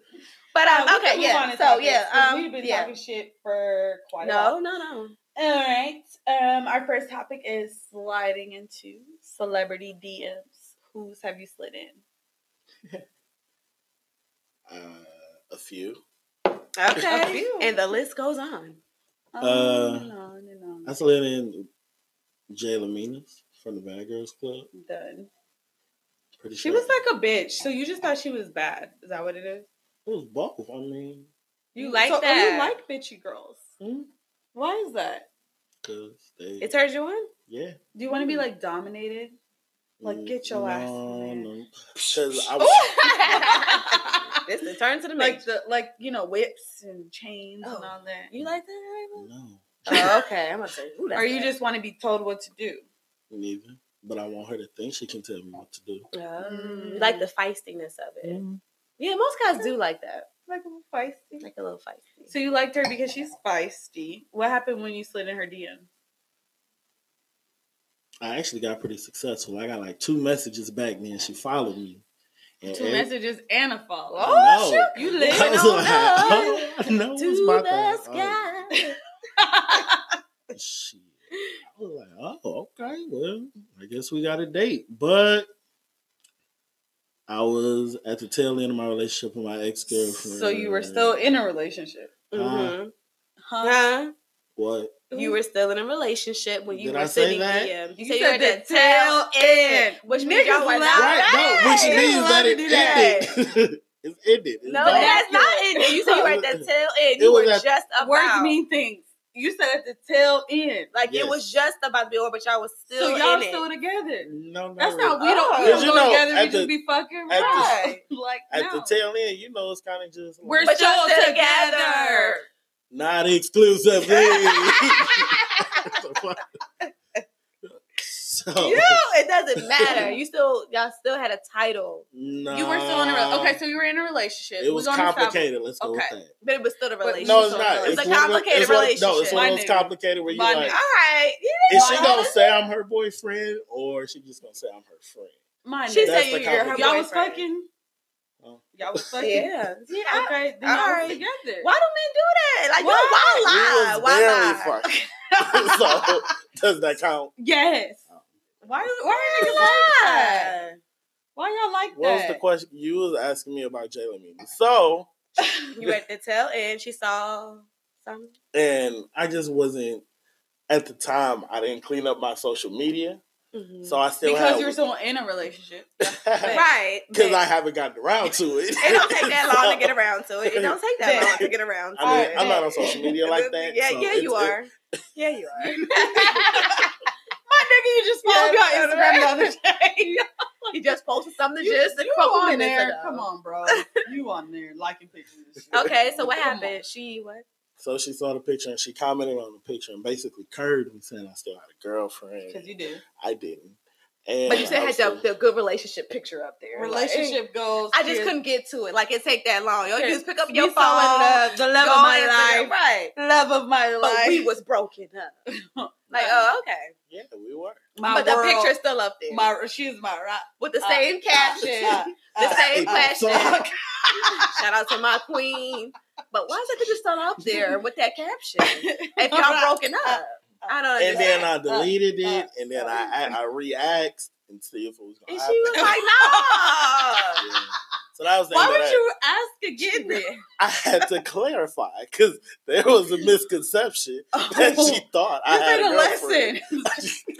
Speaker 4: But um,
Speaker 2: Uh, we can
Speaker 4: okay,
Speaker 2: move on
Speaker 4: yeah.
Speaker 2: to
Speaker 4: So
Speaker 2: topics,
Speaker 4: yeah,
Speaker 2: 'cause
Speaker 4: um,
Speaker 2: we've been
Speaker 4: yeah.
Speaker 2: talking shit for quite a
Speaker 4: No,
Speaker 2: while.
Speaker 4: no, no.
Speaker 2: All right. Um, our first topic is sliding into celebrity DMs. Who's have you slid in?
Speaker 3: Uh, a few.
Speaker 2: A
Speaker 4: Okay.
Speaker 2: few.
Speaker 4: And the list goes on.
Speaker 3: Uh,
Speaker 2: and on and on.
Speaker 3: I slid in Jay Laminas from the Bad Girls Club.
Speaker 2: done.
Speaker 3: Pretty
Speaker 2: She
Speaker 3: sure
Speaker 2: was like a bitch, so you just thought she was bad. Is that what it is?
Speaker 3: it was both. I mean,
Speaker 4: You like
Speaker 2: so- oh,
Speaker 4: that.
Speaker 2: You like bitchy girls. Why is that?
Speaker 3: because they,
Speaker 4: It's her joint?
Speaker 3: yeah,
Speaker 2: Do you want to be like dominated? Like, get your ass in there.
Speaker 3: Because I was,
Speaker 4: This is turn to the
Speaker 2: like
Speaker 4: next.
Speaker 2: the like you know whips and chains and
Speaker 4: Oh.
Speaker 2: all that.
Speaker 4: you like that? Raven?
Speaker 3: no,
Speaker 4: Oh, okay. I'm gonna say, ooh, that's
Speaker 2: Or you
Speaker 4: bad.
Speaker 2: just want to be told what to do?
Speaker 3: neither. But I want her to think she can tell me what to do.
Speaker 4: Oh, you like the feistiness of it.
Speaker 3: Mm-hmm.
Speaker 4: Yeah, most guys do like that.
Speaker 2: Like a little feisty.
Speaker 4: Like a little feisty.
Speaker 2: So you liked her because she's feisty. What happened when you slid in her DM?
Speaker 3: I actually got pretty successful. I got like two messages back, then she followed me. And
Speaker 2: Two
Speaker 3: every-
Speaker 2: messages and a follow.
Speaker 3: I know.
Speaker 2: Oh, shoot. You
Speaker 3: <laughs> I
Speaker 2: living
Speaker 3: was
Speaker 2: on
Speaker 3: like, <laughs>
Speaker 2: up.
Speaker 3: oh, no, it
Speaker 4: To
Speaker 3: was my
Speaker 4: the
Speaker 3: thing.
Speaker 4: sky.
Speaker 3: Oh, <laughs> shit. I was like, oh, okay, well, I guess we got a date. But I was at the tail end of my relationship with my ex girlfriend.
Speaker 2: So you were still in a relationship,
Speaker 4: hmm
Speaker 2: huh?
Speaker 4: Huh?
Speaker 3: what?
Speaker 4: You were still in a relationship when you
Speaker 3: Did
Speaker 4: were
Speaker 3: I say
Speaker 4: sitting
Speaker 3: that?
Speaker 4: DM.
Speaker 2: You
Speaker 4: So
Speaker 2: said
Speaker 4: you're at
Speaker 2: the
Speaker 4: the tail
Speaker 2: tail
Speaker 4: end,
Speaker 2: end.
Speaker 4: which means
Speaker 2: Niggas
Speaker 4: y'all were
Speaker 2: love
Speaker 4: not
Speaker 2: that.
Speaker 3: Right, no, which
Speaker 2: Hey,
Speaker 3: means
Speaker 2: you
Speaker 3: that
Speaker 2: love
Speaker 3: it
Speaker 2: to do that.
Speaker 3: ended. <laughs> it's ended.
Speaker 4: No,
Speaker 3: It's gone.
Speaker 4: that's not it. You said you were at
Speaker 3: <laughs>
Speaker 4: the tail end. You
Speaker 3: It was
Speaker 4: were
Speaker 3: at-
Speaker 4: just about.
Speaker 2: Words mean things. You said at the tail end.
Speaker 4: Like
Speaker 3: Yes.
Speaker 4: it was just about to be over, but y'all was still
Speaker 2: so y'all
Speaker 4: in
Speaker 2: still
Speaker 4: it.
Speaker 2: together.
Speaker 3: No, not
Speaker 2: That's
Speaker 3: really.
Speaker 2: not
Speaker 4: Oh.
Speaker 2: we don't, we don't
Speaker 3: Because, you
Speaker 2: go
Speaker 3: know,
Speaker 2: together. We
Speaker 3: at
Speaker 2: just
Speaker 3: the-
Speaker 2: be fucking
Speaker 3: at the-
Speaker 2: right. <laughs> like
Speaker 3: At
Speaker 2: no.
Speaker 3: the tail end, you know, it's kind of just like,
Speaker 2: we're
Speaker 4: But
Speaker 2: still
Speaker 4: y'all
Speaker 2: together.
Speaker 4: still together.
Speaker 3: not exclusively. <laughs>
Speaker 2: <laughs>
Speaker 3: <laughs> so,
Speaker 4: You, it doesn't matter. You still, y'all still had a title,
Speaker 3: no,
Speaker 2: You were still in a re- okay. So you were in a relationship.
Speaker 3: it was
Speaker 2: We're gonna stop.
Speaker 3: complicated. Let's go
Speaker 2: Okay.
Speaker 3: with that.
Speaker 4: but it was still the
Speaker 2: But
Speaker 4: relationship.
Speaker 3: No, it's not.
Speaker 4: It's, a
Speaker 3: one of those-
Speaker 4: complicated
Speaker 3: it's one-
Speaker 4: relationship.
Speaker 3: no, it's one of those
Speaker 2: My nigga.
Speaker 3: complicated where you
Speaker 2: My
Speaker 3: like,
Speaker 4: All right.
Speaker 3: is she
Speaker 2: My
Speaker 3: gonna
Speaker 2: nigga.
Speaker 3: say I'm her boyfriend or is she just gonna say I'm her friend?
Speaker 2: Mine.
Speaker 4: She
Speaker 3: That's
Speaker 4: said
Speaker 3: the
Speaker 4: you, you're her
Speaker 3: complication.
Speaker 2: y'all was
Speaker 4: boyfriend.
Speaker 2: fucking.
Speaker 3: Oh.
Speaker 2: Y'all was fucking.
Speaker 4: Yeah. yeah. I-
Speaker 2: Okay. Then
Speaker 4: All
Speaker 2: y'all
Speaker 4: right.
Speaker 2: was together.
Speaker 4: Why do men do that? Like,
Speaker 2: Why?
Speaker 3: We
Speaker 4: why lie?
Speaker 3: was barely
Speaker 4: Why lie? <laughs>
Speaker 3: fucking. <laughs> so does that count?
Speaker 2: Yes.
Speaker 3: Oh.
Speaker 2: Why? Why are niggas like that?
Speaker 4: Why
Speaker 2: Why y'all like
Speaker 3: What was the
Speaker 2: that?
Speaker 3: question you was asking me about Jalen Meany? So
Speaker 4: lie? You were at the tail end. She saw something.
Speaker 3: and I just wasn't at the time. I didn't clean up my social media,
Speaker 4: Mhm.
Speaker 3: so I still
Speaker 2: Because
Speaker 3: had-
Speaker 2: you
Speaker 3: <laughs>
Speaker 2: were still in a relationship.
Speaker 4: right.
Speaker 3: Because
Speaker 4: but-
Speaker 3: I haven't gotten around to it.
Speaker 4: It don't take that long to
Speaker 3: <laughs>
Speaker 4: get around to it. It don't take that long to get around to
Speaker 3: I mean,
Speaker 4: it.
Speaker 3: I'm not on
Speaker 4: <laughs>
Speaker 3: social media like that.
Speaker 4: Yeah,
Speaker 3: so
Speaker 4: yeah,
Speaker 3: it's-
Speaker 4: you
Speaker 3: it-
Speaker 4: <laughs> are. Yeah, you
Speaker 2: <laughs>
Speaker 4: are.
Speaker 2: My nigga, you just followed
Speaker 4: Yeah,
Speaker 2: me
Speaker 4: right.
Speaker 2: on Instagram the other day.
Speaker 4: He just posted something
Speaker 2: You-
Speaker 4: just a
Speaker 2: you
Speaker 4: couple
Speaker 2: on
Speaker 4: minutes
Speaker 2: there.
Speaker 4: ago.
Speaker 2: Come on, bro. You on there liking pictures. and shit.
Speaker 4: Okay, so what
Speaker 2: Come on.
Speaker 4: happened? She what?
Speaker 3: So she saw the picture and she commented on the picture and basically curved me saying I still had a girlfriend.
Speaker 2: Because you do.
Speaker 3: I didn't. And
Speaker 5: But you still
Speaker 3: I
Speaker 5: had
Speaker 3: was
Speaker 5: the,
Speaker 3: just-
Speaker 5: the good relationship picture up there. like-
Speaker 2: Relationship goals.
Speaker 5: I just
Speaker 2: is-
Speaker 5: couldn't get to it. Like it take that long. Yo, you
Speaker 4: Here,
Speaker 5: just pick up
Speaker 2: You
Speaker 5: your phone.
Speaker 2: fell in love, the love
Speaker 5: go
Speaker 2: of
Speaker 5: on
Speaker 2: my
Speaker 5: Instagram,
Speaker 2: life,
Speaker 5: right?
Speaker 2: love of my
Speaker 5: But
Speaker 2: life.
Speaker 5: we was broken up. Like,
Speaker 4: uh,
Speaker 5: oh, okay.
Speaker 3: Yeah, we were.
Speaker 2: my
Speaker 5: but
Speaker 2: world,
Speaker 5: the picture's still up there
Speaker 2: my she's my rock.
Speaker 5: with the
Speaker 2: uh,
Speaker 5: same caption,
Speaker 2: Uh,
Speaker 5: the
Speaker 2: uh,
Speaker 5: same
Speaker 3: uh,
Speaker 5: flash.
Speaker 3: fuck.
Speaker 5: <laughs> Shout out to my queen. But why is that picture still up there with that
Speaker 2: <laughs>
Speaker 5: caption? If y'all
Speaker 2: Right.
Speaker 5: broken up, I
Speaker 4: Oh,
Speaker 5: don't
Speaker 3: And
Speaker 5: understand.
Speaker 3: then I deleted
Speaker 2: uh,
Speaker 3: it, and then I I, I reaxed and see if it was
Speaker 5: And
Speaker 3: gonna
Speaker 5: she
Speaker 3: happen.
Speaker 5: was like,
Speaker 2: <laughs>
Speaker 5: no.
Speaker 3: Yeah. So that was the
Speaker 5: Why
Speaker 3: end of
Speaker 5: would
Speaker 3: that.
Speaker 5: you ask again then?
Speaker 3: I had to clarify because there was a misconception that <laughs> she thought I
Speaker 2: Oh, This
Speaker 3: had
Speaker 2: ain't
Speaker 3: a
Speaker 2: a lesson.
Speaker 3: girlfriend.
Speaker 2: <laughs>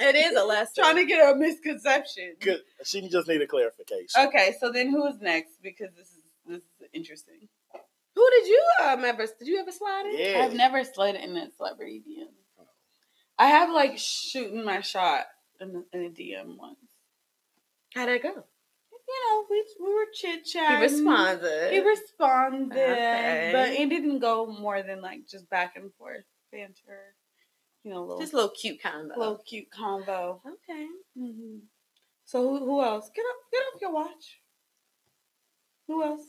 Speaker 3: uh,
Speaker 5: It is a lesson.
Speaker 2: Trying to get her a misconception.
Speaker 3: Good. She just needed clarification.
Speaker 2: Okay, so then who's next? Because this is this is interesting.
Speaker 4: Who did you um, ever? Did you ever slide in?
Speaker 3: Yeah.
Speaker 2: I've never slid in a celebrity DM. I have like shooting my shot in a, in a DM once.
Speaker 4: How'd that go?
Speaker 2: You know, we, we were chit
Speaker 4: He
Speaker 2: chatting.
Speaker 4: responded.
Speaker 2: He responded,
Speaker 4: Okay.
Speaker 2: but it didn't go more than like just back and forth banter. You know, little
Speaker 4: Just a little cute kind of.
Speaker 2: little cute convo.
Speaker 4: Okay.
Speaker 2: hmm So who, who else? Get up, get off your watch. Who else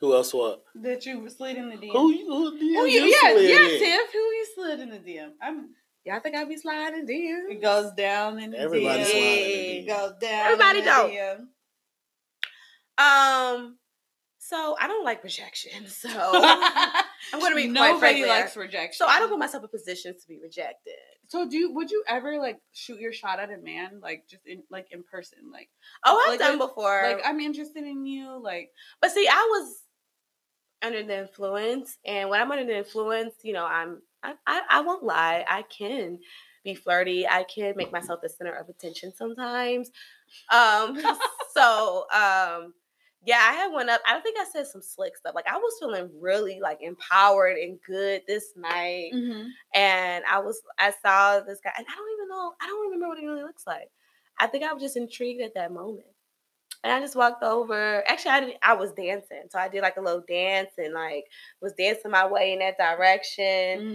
Speaker 3: Who else? What?
Speaker 2: that you slid in the DM?
Speaker 3: Who you? Who did
Speaker 2: Who you?
Speaker 3: you
Speaker 2: Oh, Yeah,
Speaker 3: slid
Speaker 2: yeah,
Speaker 3: in?
Speaker 2: Tiff. Who you slid in the DM? I'm.
Speaker 4: Y'all think I be sliding DM?
Speaker 2: It goes down in the
Speaker 3: Everybody
Speaker 2: DM.
Speaker 3: slid
Speaker 2: It
Speaker 3: in the DM.
Speaker 2: goes down.
Speaker 4: Everybody
Speaker 2: in the
Speaker 4: don't. <laughs>
Speaker 2: DM.
Speaker 4: Um. So I don't like rejection. <laughs> So I'm gonna be quite frank.
Speaker 2: Nobody
Speaker 4: there.
Speaker 2: likes rejection.
Speaker 4: So I don't put myself in positions to be rejected.
Speaker 2: So do you, would you ever like shoot your shot at a man like just in like in person like
Speaker 4: Oh, I've
Speaker 2: Like
Speaker 4: done
Speaker 2: a-
Speaker 4: before.
Speaker 2: like I'm interested in you like
Speaker 4: But see, I was under the influence, and when I'm under the influence, you know, I'm I I, I won't lie, I can be flirty. I can make myself the center of attention sometimes. Um, so um, yeah, I had one up. I think I said some slick stuff. Like I was feeling really like empowered and good this night and I was I saw this guy, and I don't even know, I don't remember what he really looks like. I think I was just intrigued at that moment, and I just walked over. Actually, I didn't. I was dancing, so I did like a little dance and like was dancing my way in that direction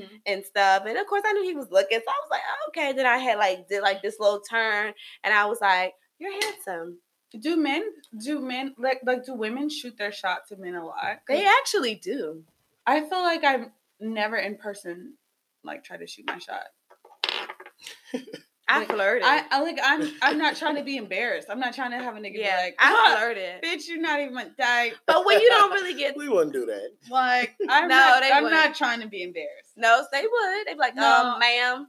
Speaker 2: Mm-hmm.
Speaker 4: and stuff. And of course, I knew he was looking, so I was like, oh, okay. Then I had like did like this little turn, and I was like, you're handsome.
Speaker 2: Do men do men like like do women shoot their shot to men a lot?
Speaker 4: They actually do.
Speaker 2: I feel like I've never in person like tried to shoot my shot.
Speaker 4: I
Speaker 2: Like,
Speaker 4: flirted.
Speaker 2: I, I like I'm I'm not trying to <laughs> be embarrassed. I'm not trying to have a nigga
Speaker 4: yeah,
Speaker 2: be like
Speaker 4: I
Speaker 2: I
Speaker 4: flirted.
Speaker 2: bitch, you're not even my type.
Speaker 4: But when you don't really get
Speaker 3: We wouldn't do that.
Speaker 2: Like <laughs> I'm
Speaker 4: No,
Speaker 2: not
Speaker 4: they
Speaker 2: I'm
Speaker 4: wouldn't.
Speaker 2: not trying to be embarrassed.
Speaker 4: no, they would. They'd be like,
Speaker 2: <laughs> No.
Speaker 4: um, ma'am,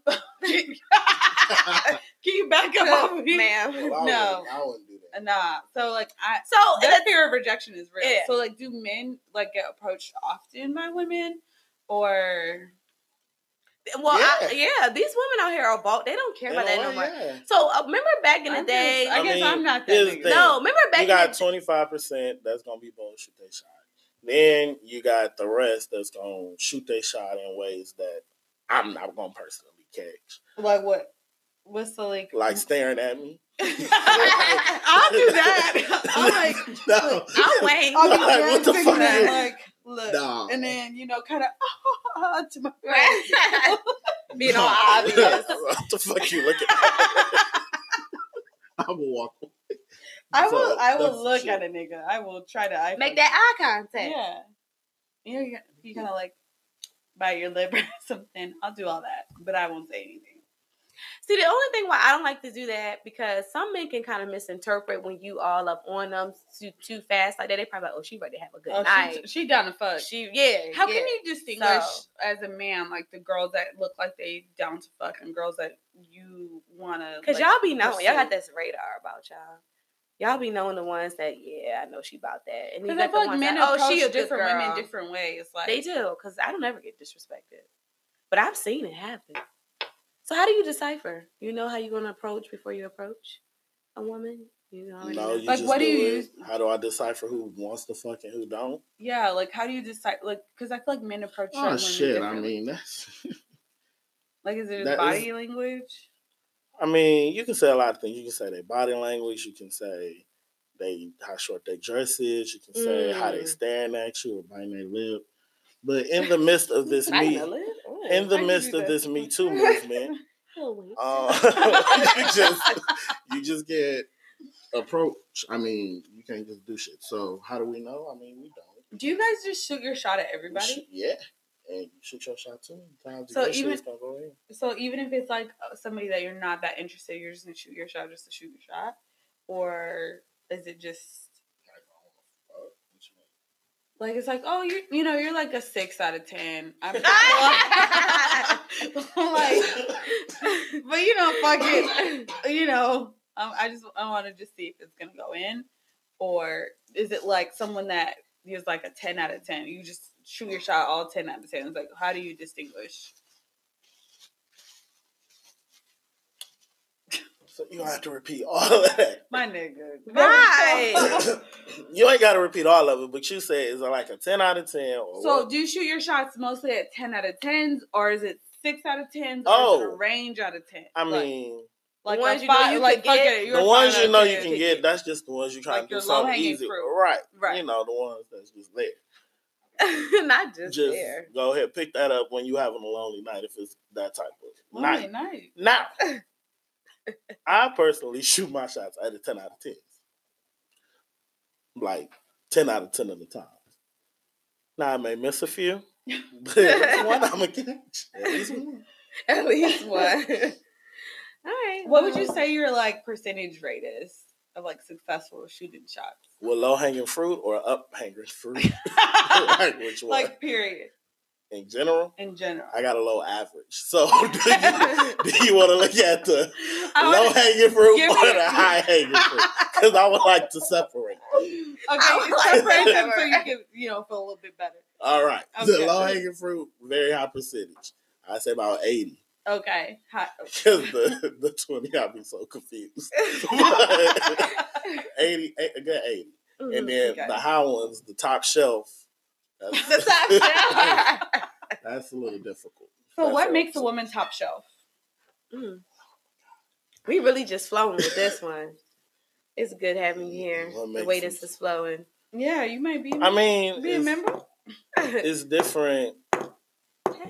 Speaker 2: Can you back up off of me?
Speaker 3: <laughs>
Speaker 4: ma'am.
Speaker 3: Well,
Speaker 2: No.
Speaker 3: I wouldn't- I wouldn't do
Speaker 2: <laughs>
Speaker 3: that.
Speaker 2: Nah. So like I
Speaker 4: So
Speaker 2: that fear of rejection is real.
Speaker 4: Yeah.
Speaker 2: So like do men like get approached often by women or
Speaker 4: Well, I, yeah, these women out here are bald. They don't care about
Speaker 3: In
Speaker 4: that
Speaker 3: a
Speaker 4: no
Speaker 3: way,
Speaker 4: more.
Speaker 3: yeah.
Speaker 4: So uh, remember back in the
Speaker 2: I'm just-
Speaker 4: day.
Speaker 2: I,
Speaker 3: I
Speaker 2: guess
Speaker 3: mean,
Speaker 2: I'm not that
Speaker 3: here's the
Speaker 2: nigga.
Speaker 3: thing.
Speaker 4: no, remember back
Speaker 3: You
Speaker 4: in the
Speaker 3: got twenty five percent that's gonna be bold shoot their shot. Then you got the rest that's gonna shoot their shot in ways that I'm not gonna personally catch.
Speaker 2: Like what? What's the like?
Speaker 3: Like
Speaker 4: Mm.
Speaker 3: staring at
Speaker 4: <laughs>
Speaker 3: me. <laughs>
Speaker 2: I'll do that. <laughs> I'm like,
Speaker 3: <laughs> no.
Speaker 4: I'll
Speaker 2: <laughs>
Speaker 4: wait.
Speaker 2: I'll be
Speaker 3: Like, what the
Speaker 2: dancing
Speaker 3: fuck
Speaker 2: and then,
Speaker 3: is-
Speaker 2: like, look,
Speaker 3: No.
Speaker 2: and then you know, kind of <laughs> to <laughs> my
Speaker 4: Being all obvious.
Speaker 3: <laughs> what the fuck you <laughs> looking at? I will walk. away.
Speaker 2: I
Speaker 3: <laughs> So,
Speaker 2: will. I
Speaker 3: that's
Speaker 2: will look
Speaker 3: shit.
Speaker 2: at a nigga. I will try to eye
Speaker 4: Make
Speaker 2: contact.
Speaker 4: that eye contact.
Speaker 2: Yeah. You know, you- you kind of like bite your lip <laughs> or something. I'll do all that, but I won't say anything.
Speaker 4: See, the only thing why I don't like to do that because some men can kind of misinterpret when you all up on them too, too fast like that. They probably like, oh, she ready to have a good
Speaker 2: Oh,
Speaker 4: night.
Speaker 2: she, she down to fuck.
Speaker 4: She, yeah.
Speaker 2: How
Speaker 4: yeah.
Speaker 2: can you distinguish
Speaker 4: So-
Speaker 2: as a man like the girls that look like they down to fuck and girls that you wanna?
Speaker 4: Cause
Speaker 2: like,
Speaker 4: y'all be knowing, y'all
Speaker 2: pursue?
Speaker 4: got this radar about y'all. Y'all be knowing the ones that, yeah, I know she about that. And you
Speaker 2: Because I
Speaker 4: got
Speaker 2: feel
Speaker 4: the
Speaker 2: like
Speaker 4: ones
Speaker 2: men
Speaker 4: that,
Speaker 2: approach
Speaker 4: oh, she a good
Speaker 2: different
Speaker 4: girl.
Speaker 2: women different ways. Like
Speaker 4: They do, because I don't ever get disrespected. But I've seen it happen. So how do you decipher? You know how you're gonna approach before you approach a woman? You know, already
Speaker 3: No,
Speaker 4: know.
Speaker 3: you
Speaker 2: Like,
Speaker 3: just
Speaker 2: what do
Speaker 3: do
Speaker 2: you
Speaker 3: it.
Speaker 2: use-
Speaker 3: How do I decipher who wants to fuck and who don't?
Speaker 2: Yeah, like how do you decide? Like, because I feel like men approach.
Speaker 3: Oh
Speaker 2: certain women
Speaker 3: shit! I
Speaker 2: differently.
Speaker 3: mean, that's.
Speaker 2: like, is it his
Speaker 3: that
Speaker 2: body language?
Speaker 3: I mean, you can say a lot of things. You can say their body language. You can say they how short their dress is. You can say how they
Speaker 4: Mm.
Speaker 3: staring at you or biting their lip. But in the midst of this
Speaker 4: <laughs> I
Speaker 3: me,
Speaker 4: know it.
Speaker 3: in the
Speaker 2: I can
Speaker 3: midst
Speaker 2: do
Speaker 3: of
Speaker 2: that. <laughs>
Speaker 3: this Me Too movement, Uh, <laughs> you just you just get approach. I mean, you can't just do shit. So how do we know? I mean, we don't.
Speaker 2: Do you guys just shoot your shot at
Speaker 3: We
Speaker 2: everybody?
Speaker 3: shoot- yeah, and you shoot your shot too. Times
Speaker 2: So
Speaker 3: so
Speaker 2: even-
Speaker 3: even shit's gonna go in.
Speaker 2: So even if it's like uh, somebody that you're not that interested, you're just gonna shoot your shot just to shoot your shot, or is it just
Speaker 3: Like, I don't know, fuck, what you
Speaker 2: like
Speaker 3: mean?
Speaker 2: it's like oh you you know you're like a six out of ten. I'm <laughs> like, but you know, fuck it, you know. Um, I just I want to just see if it's gonna go in, or is it like someone that is like a ten out of ten? You just shoot your shot all ten out of ten. It's like how do you distinguish?
Speaker 3: <laughs> So you don't have to repeat all of that.
Speaker 2: My nigga, <laughs>
Speaker 5: Right.
Speaker 3: you ain't got to repeat all of it, but you said it's like a ten out of ten. Or
Speaker 2: So
Speaker 3: what?
Speaker 2: do you shoot your shots mostly at ten out of tens, or is it six out of tens, or is it a
Speaker 3: Oh.
Speaker 2: range out of ten?
Speaker 3: I mean,
Speaker 2: like,
Speaker 4: The
Speaker 2: like
Speaker 4: ones
Speaker 2: a
Speaker 4: you know
Speaker 2: five-
Speaker 4: you
Speaker 2: like,
Speaker 4: can
Speaker 2: fuck
Speaker 4: get,
Speaker 2: it, you're
Speaker 3: the
Speaker 2: a
Speaker 3: ones
Speaker 2: five
Speaker 3: you
Speaker 2: out
Speaker 3: know
Speaker 2: of
Speaker 3: you
Speaker 2: 10.
Speaker 3: can get. That's just the ones you try
Speaker 2: Like
Speaker 3: to
Speaker 2: your
Speaker 3: do something
Speaker 2: low-hanging
Speaker 3: easy,
Speaker 2: fruit.
Speaker 3: right?
Speaker 2: Right.
Speaker 3: You know the ones that's just there.
Speaker 2: <laughs>
Speaker 4: Not just,
Speaker 3: just
Speaker 4: there.
Speaker 3: go ahead, pick that up when you having a lonely night if it's that type of
Speaker 2: Lonely
Speaker 3: night. <laughs>
Speaker 2: night. <laughs>
Speaker 3: Now, I personally shoot my shots at a ten out of ten, like ten out of ten of the time. Now I may miss a few, <laughs> but at least one I'm gonna catch. At least one.
Speaker 4: At <laughs> least one. All right.
Speaker 2: What would you say your like percentage rate is of like successful shooting
Speaker 3: <laughs>
Speaker 2: shots?
Speaker 3: With low hanging fruit or up hanging
Speaker 2: <laughs>
Speaker 3: fruit, <laughs> like which one?
Speaker 2: like period
Speaker 3: in general,
Speaker 2: in general.
Speaker 3: I got a low average. So <laughs> do
Speaker 2: <laughs>
Speaker 3: you, do you want to look at the
Speaker 2: I
Speaker 3: low
Speaker 2: wanna-
Speaker 3: hanging fruit
Speaker 2: give
Speaker 3: or
Speaker 2: me-
Speaker 3: the high hanging
Speaker 2: <laughs>
Speaker 3: fruit? Because I would like to separate.
Speaker 2: okay,
Speaker 5: would
Speaker 2: separate
Speaker 5: like
Speaker 2: them so
Speaker 5: that.
Speaker 2: you can you know feel a little bit better.
Speaker 3: All right,
Speaker 2: Okay.
Speaker 3: the low hanging fruit, very high percentage. I say about eighty.
Speaker 2: Okay, hi-
Speaker 3: Because the, <laughs> the twenty, I'll be
Speaker 2: <laughs>
Speaker 3: so confused. <laughs> 80, eight, a good eighty,
Speaker 4: mm,
Speaker 3: and then
Speaker 2: Mm, okay.
Speaker 3: the high ones, the top shelf. That's,
Speaker 5: The
Speaker 2: <laughs>
Speaker 5: top shelf.
Speaker 3: that's a little difficult.
Speaker 2: So
Speaker 3: That's
Speaker 2: what
Speaker 3: a-
Speaker 2: makes a woman top shelf?
Speaker 4: mm. We really just flowing with this one. It's good having you here.
Speaker 3: What
Speaker 4: The
Speaker 3: makes
Speaker 4: way
Speaker 3: you-
Speaker 4: this is flowing.
Speaker 2: Yeah, you might be.
Speaker 3: I mean,
Speaker 2: be a
Speaker 3: it's,
Speaker 2: member.
Speaker 3: it's different.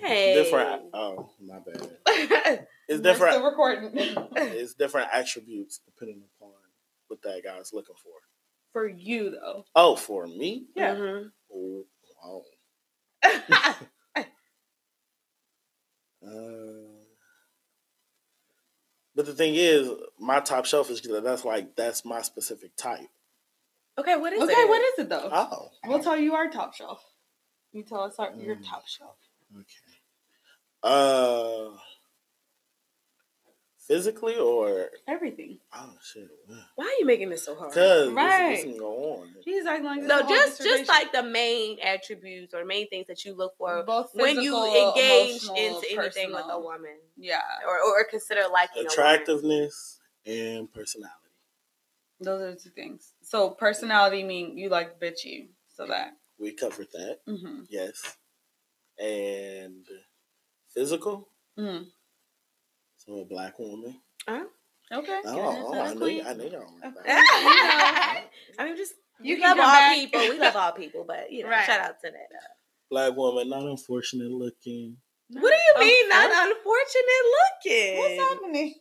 Speaker 4: hey.
Speaker 3: Different. Oh, my bad.
Speaker 4: <laughs>
Speaker 3: It's different.
Speaker 2: We're still recording.
Speaker 3: it's different attributes depending upon what that guy's looking for.
Speaker 2: <laughs> For you though.
Speaker 3: Oh, for me?
Speaker 2: Yeah.
Speaker 4: Mhm.
Speaker 3: Oh, wow. <laughs> Uh, but the thing is, my top shelf is that's like that's my specific type.
Speaker 4: Okay, what is
Speaker 2: okay,
Speaker 4: it?
Speaker 2: what is it though?
Speaker 3: Oh,
Speaker 2: we'll tell you our top shelf. You tell us our, your
Speaker 3: Mm.
Speaker 2: top shelf.
Speaker 3: okay. Uh, physically or
Speaker 2: Everything.
Speaker 3: oh shit, wow.
Speaker 4: Why are you making this so hard?
Speaker 3: cause
Speaker 2: Right.
Speaker 3: this, this can go on.
Speaker 2: He's acting like this
Speaker 4: No,
Speaker 2: whole
Speaker 4: just
Speaker 2: dissertation.
Speaker 4: just like the main attributes or main things that you look for
Speaker 2: both
Speaker 4: when you
Speaker 2: physical,
Speaker 4: engage into
Speaker 2: emotional,
Speaker 4: anything with a
Speaker 2: personal.
Speaker 4: woman
Speaker 2: Yeah,
Speaker 4: or, or consider liking a <laughs> woman.
Speaker 3: Attractiveness and personality.
Speaker 2: those are the two things. So personality mean you like bitchy, so that.
Speaker 3: We covered that.
Speaker 2: Mm-hmm.
Speaker 3: Yes. And physical.
Speaker 2: Mm.
Speaker 3: So a black woman.
Speaker 2: Okay.
Speaker 3: Oh, oh, I know,
Speaker 2: you,
Speaker 3: I know y'all. like
Speaker 2: Okay.
Speaker 3: that.
Speaker 4: <laughs> I mean, just
Speaker 2: You
Speaker 4: we
Speaker 2: can
Speaker 4: love
Speaker 2: come
Speaker 4: all
Speaker 2: back.
Speaker 4: people. We love all people, but you know,
Speaker 2: Right.
Speaker 4: shout out to that.
Speaker 3: Black woman, not unfortunate looking.
Speaker 4: What do you
Speaker 2: mean,
Speaker 4: mean?
Speaker 2: not
Speaker 4: Not unfortunate looking.
Speaker 2: What's happening?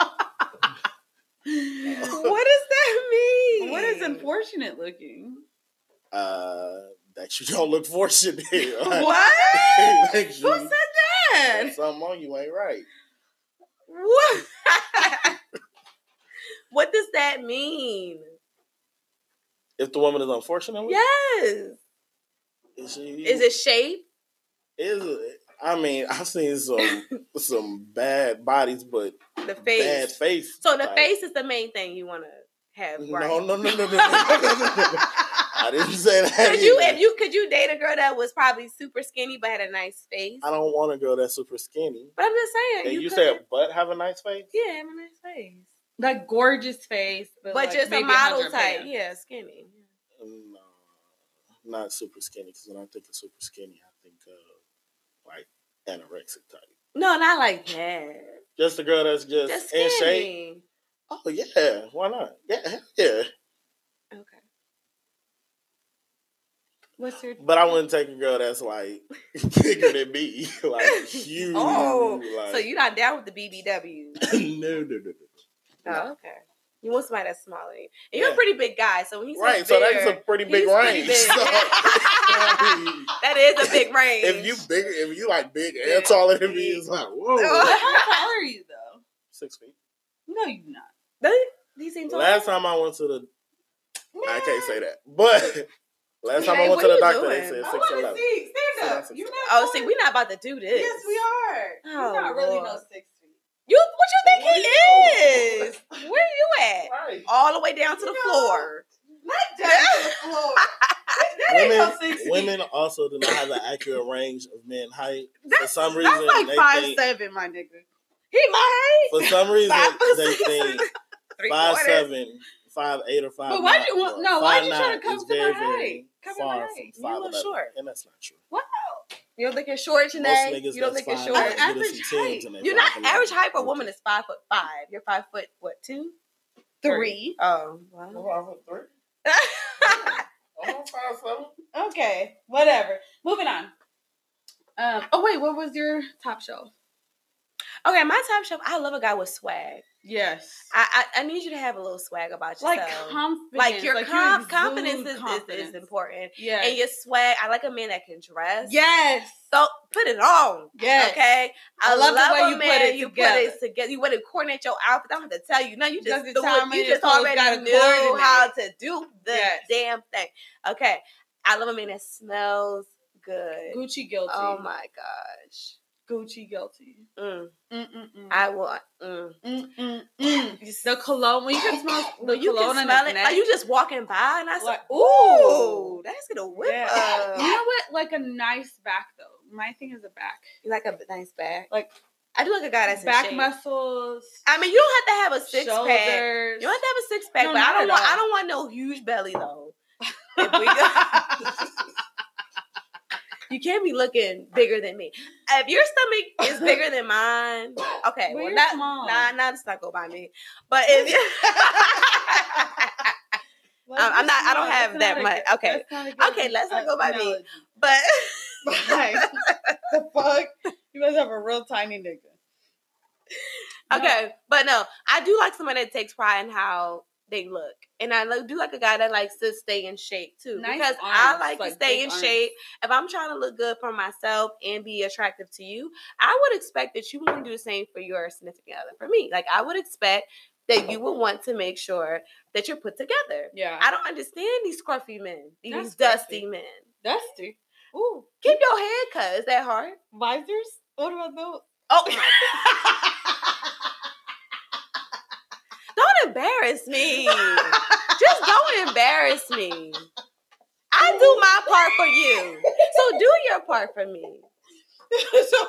Speaker 2: <laughs>
Speaker 4: What does that mean?
Speaker 2: what is unfortunate looking?
Speaker 3: Uh, that you don't look fortunate. <laughs> Like,
Speaker 4: What?
Speaker 2: <laughs>
Speaker 3: like
Speaker 4: Who
Speaker 3: you,
Speaker 4: said <laughs> that?
Speaker 3: something on you ain't right.
Speaker 4: What? <laughs> what does that mean?
Speaker 3: If the woman is unfortunate,
Speaker 4: Yes.
Speaker 3: is she?
Speaker 4: Is it shape?
Speaker 3: Is it? I mean, <laughs> I've seen some some bad bodies, but
Speaker 4: The
Speaker 3: bad
Speaker 4: face.
Speaker 3: face.
Speaker 4: So the
Speaker 3: like,
Speaker 4: face is the main thing you want to have, right?
Speaker 3: No, no, no, no, no, no, no, <laughs> no, no. I didn't say that.
Speaker 4: Could you
Speaker 3: either.
Speaker 4: if you could you date a girl that was probably super skinny but had a nice face?
Speaker 3: I don't want a girl that's super skinny.
Speaker 4: But I'm just saying.
Speaker 3: And you,
Speaker 4: could-
Speaker 3: said butt have a nice face?
Speaker 4: yeah, have a nice face,
Speaker 2: Like gorgeous face, but,
Speaker 4: but
Speaker 2: like,
Speaker 4: just a
Speaker 2: maybe
Speaker 4: model
Speaker 2: 100
Speaker 4: type.
Speaker 2: pounds.
Speaker 4: Yeah, skinny.
Speaker 3: No, not super skinny. Because when I think of super skinny, I think of like anorexic type.
Speaker 4: No, not like that.
Speaker 3: Just a girl that's just,
Speaker 4: Just
Speaker 3: in shape.
Speaker 4: skinny.
Speaker 3: Oh yeah, why not? Yeah, hell yeah.
Speaker 4: Okay.
Speaker 2: What's your
Speaker 6: But I
Speaker 2: <laughs>
Speaker 6: wouldn't take a girl that's
Speaker 3: <laughs>
Speaker 6: like bigger than me,
Speaker 4: <laughs>
Speaker 6: like huge.
Speaker 4: Oh,
Speaker 6: like,
Speaker 4: So you're not down with the BBW.
Speaker 3: <laughs> no, no, no, no.
Speaker 4: Oh, okay. You want somebody that's smaller. than you. And you're
Speaker 6: Yeah.
Speaker 4: a pretty big guy, so when he's
Speaker 6: right? So that's a pretty big
Speaker 4: he's pretty
Speaker 6: range. <laughs>
Speaker 4: big.
Speaker 6: So, <laughs> I mean,
Speaker 4: <laughs> that is a big range.
Speaker 6: if you big, if you like big
Speaker 4: Yeah.
Speaker 6: and taller than me, it's like
Speaker 2: <laughs>
Speaker 6: whoa,
Speaker 5: But how tall are you though?
Speaker 6: six feet.
Speaker 2: No, you're not.
Speaker 4: Doesn't- he seems tall.
Speaker 6: Last time I went to the, I can't say that, but <laughs> last time
Speaker 4: Hey,
Speaker 6: I went
Speaker 4: what
Speaker 6: to the
Speaker 4: you
Speaker 6: doctor,
Speaker 4: doing?
Speaker 6: they said
Speaker 2: I
Speaker 6: six
Speaker 2: want to
Speaker 6: eleven.
Speaker 2: see. Stand up.
Speaker 6: Six, six,
Speaker 2: You're not.
Speaker 4: oh, see,
Speaker 2: going-
Speaker 4: we're not about to do this.
Speaker 2: Yes, we are.
Speaker 4: Oh,
Speaker 2: You're not really
Speaker 4: Lord.
Speaker 2: no six feet.
Speaker 4: You what you think he is? Where you at?
Speaker 6: Right.
Speaker 4: All the way down to the
Speaker 2: No.
Speaker 4: floor.
Speaker 2: Not down to the <laughs> floor. That ain't no
Speaker 6: Women,
Speaker 2: six feet.
Speaker 6: women also do not have an accurate range of men height. For
Speaker 2: That's,
Speaker 6: some reason,
Speaker 2: that's like
Speaker 6: they
Speaker 2: five
Speaker 6: think,
Speaker 2: seven, my nigga.
Speaker 4: He my
Speaker 6: for some reason
Speaker 4: Five
Speaker 6: they think
Speaker 2: <laughs>
Speaker 4: three
Speaker 6: five
Speaker 4: quarters.
Speaker 6: seven, five eight, or five.
Speaker 2: But why'd you
Speaker 6: nine,
Speaker 2: want-
Speaker 6: or
Speaker 2: no, why'd
Speaker 6: five
Speaker 2: you try to
Speaker 6: nine
Speaker 2: come
Speaker 6: is
Speaker 2: to my
Speaker 6: very,
Speaker 2: height?
Speaker 6: very
Speaker 2: Come to my
Speaker 6: far
Speaker 2: height.
Speaker 6: from
Speaker 2: You
Speaker 6: five
Speaker 4: look
Speaker 6: eleven,
Speaker 4: short.
Speaker 6: and that's not true.
Speaker 2: Wow.
Speaker 4: You don't think it's short,
Speaker 6: Most
Speaker 4: Janae?
Speaker 6: niggas
Speaker 4: You don't
Speaker 6: that's
Speaker 4: think
Speaker 6: five
Speaker 4: it's
Speaker 6: nine,
Speaker 4: short?
Speaker 2: Average
Speaker 6: get us some tins
Speaker 2: height.
Speaker 6: and they
Speaker 4: You're not
Speaker 6: 5'11.
Speaker 4: average height for a woman is five foot five. You're five foot what two?
Speaker 2: Three.
Speaker 4: Oh
Speaker 6: I'm
Speaker 4: wow. <laughs>
Speaker 6: five foot three. I'm five seven.
Speaker 2: Okay, whatever. Moving on. Um, oh wait, what was your top shelf?
Speaker 4: okay, my top shelf. I love a guy with swag.
Speaker 2: Yes.
Speaker 4: I I, I need you to have a little swag about yourself.
Speaker 2: like confidence.
Speaker 4: like your
Speaker 2: you
Speaker 4: com-
Speaker 2: exude
Speaker 4: confidence, is- Is, is,
Speaker 2: confidence.
Speaker 4: important,
Speaker 2: Yes.
Speaker 4: and your swag. I like a man that can dress.
Speaker 2: yes.
Speaker 4: So put it on.
Speaker 2: Yes.
Speaker 4: Okay. I,
Speaker 2: I love
Speaker 4: love,
Speaker 2: the way
Speaker 4: a
Speaker 2: you put
Speaker 4: man.
Speaker 2: it
Speaker 4: you
Speaker 2: together.
Speaker 4: put it together. You want to coordinate your outfit. I don't have to tell you. No, you just
Speaker 2: Doesn't
Speaker 4: do
Speaker 2: sound
Speaker 4: it. You
Speaker 2: many
Speaker 4: just
Speaker 2: clothes
Speaker 4: already
Speaker 2: gotta
Speaker 4: know how to do the
Speaker 2: Yes.
Speaker 4: damn thing. Okay. I love a man that smells good.
Speaker 2: Gucci guilty.
Speaker 4: Oh my gosh.
Speaker 2: Gucci guilty.
Speaker 4: Mm,
Speaker 2: Mm-mm-mm.
Speaker 4: I want. Mm.
Speaker 2: Mm-mm-mm. The cologne. When you
Speaker 4: <laughs>
Speaker 2: can smell the
Speaker 4: When you
Speaker 2: cologne
Speaker 4: can
Speaker 2: and
Speaker 4: smell
Speaker 2: the
Speaker 4: it,
Speaker 2: neck.
Speaker 4: like you just walking by, and I said,
Speaker 2: Like,
Speaker 4: "Ooh, that's gonna whip
Speaker 2: Yeah.
Speaker 4: up."
Speaker 2: <laughs> You know what? Like a nice back though. My thing is a back.
Speaker 4: You like a nice back.
Speaker 2: Like
Speaker 4: I do like a guy that's back.
Speaker 2: back
Speaker 4: In shape.
Speaker 2: muscles.
Speaker 4: I mean, you don't have to have a six pack.
Speaker 2: shoulders.
Speaker 4: You
Speaker 2: <laughs>
Speaker 4: don't have to have a six pack,
Speaker 2: No,
Speaker 4: but I
Speaker 2: not
Speaker 4: don't
Speaker 2: at
Speaker 4: want.
Speaker 2: all.
Speaker 4: I don't want no huge belly
Speaker 2: <laughs>
Speaker 4: though. If we go- <laughs> you can't be looking bigger than me. If your stomach is bigger than mine, okay,
Speaker 2: Well,
Speaker 4: well,
Speaker 2: you're
Speaker 4: not
Speaker 2: small.
Speaker 4: nah, nah, it's not go by me. But
Speaker 2: <laughs>
Speaker 4: if <laughs>
Speaker 2: Like,
Speaker 4: I'm- I'm not-
Speaker 2: that's
Speaker 4: I don't have
Speaker 2: that's
Speaker 4: that
Speaker 2: not a
Speaker 4: much.
Speaker 2: good-
Speaker 4: Okay.
Speaker 2: that's not a good uh,
Speaker 4: Okay, let's not go by me.
Speaker 2: analogy.
Speaker 4: but
Speaker 2: Like, <laughs> the fuck? You must have a real tiny nigga.
Speaker 4: Okay, but no, I do like somebody that takes pride in how they look, and I lo- do like a guy that likes to stay in shape too,
Speaker 2: Nice
Speaker 4: because I
Speaker 2: arms,
Speaker 4: like,
Speaker 2: like
Speaker 4: to stay
Speaker 2: big
Speaker 4: in
Speaker 2: arms.
Speaker 4: shape. If I'm trying to look good for myself and be attractive to you, I would expect that you wouldn't do the same for your significant other. For me, like I would expect that you would want to make sure that you're put together.
Speaker 2: Yeah.
Speaker 4: I don't understand these scruffy men, these
Speaker 2: That's
Speaker 4: dusty
Speaker 2: scruffy.
Speaker 4: men.
Speaker 2: Dusty. Ooh.
Speaker 4: Keep your head cut. Is that hard?
Speaker 2: Visors? What about those?
Speaker 4: Oh my <laughs> Don't embarrass me. Just don't embarrass me. I do my part for you. So do your part for me.
Speaker 2: <laughs> so,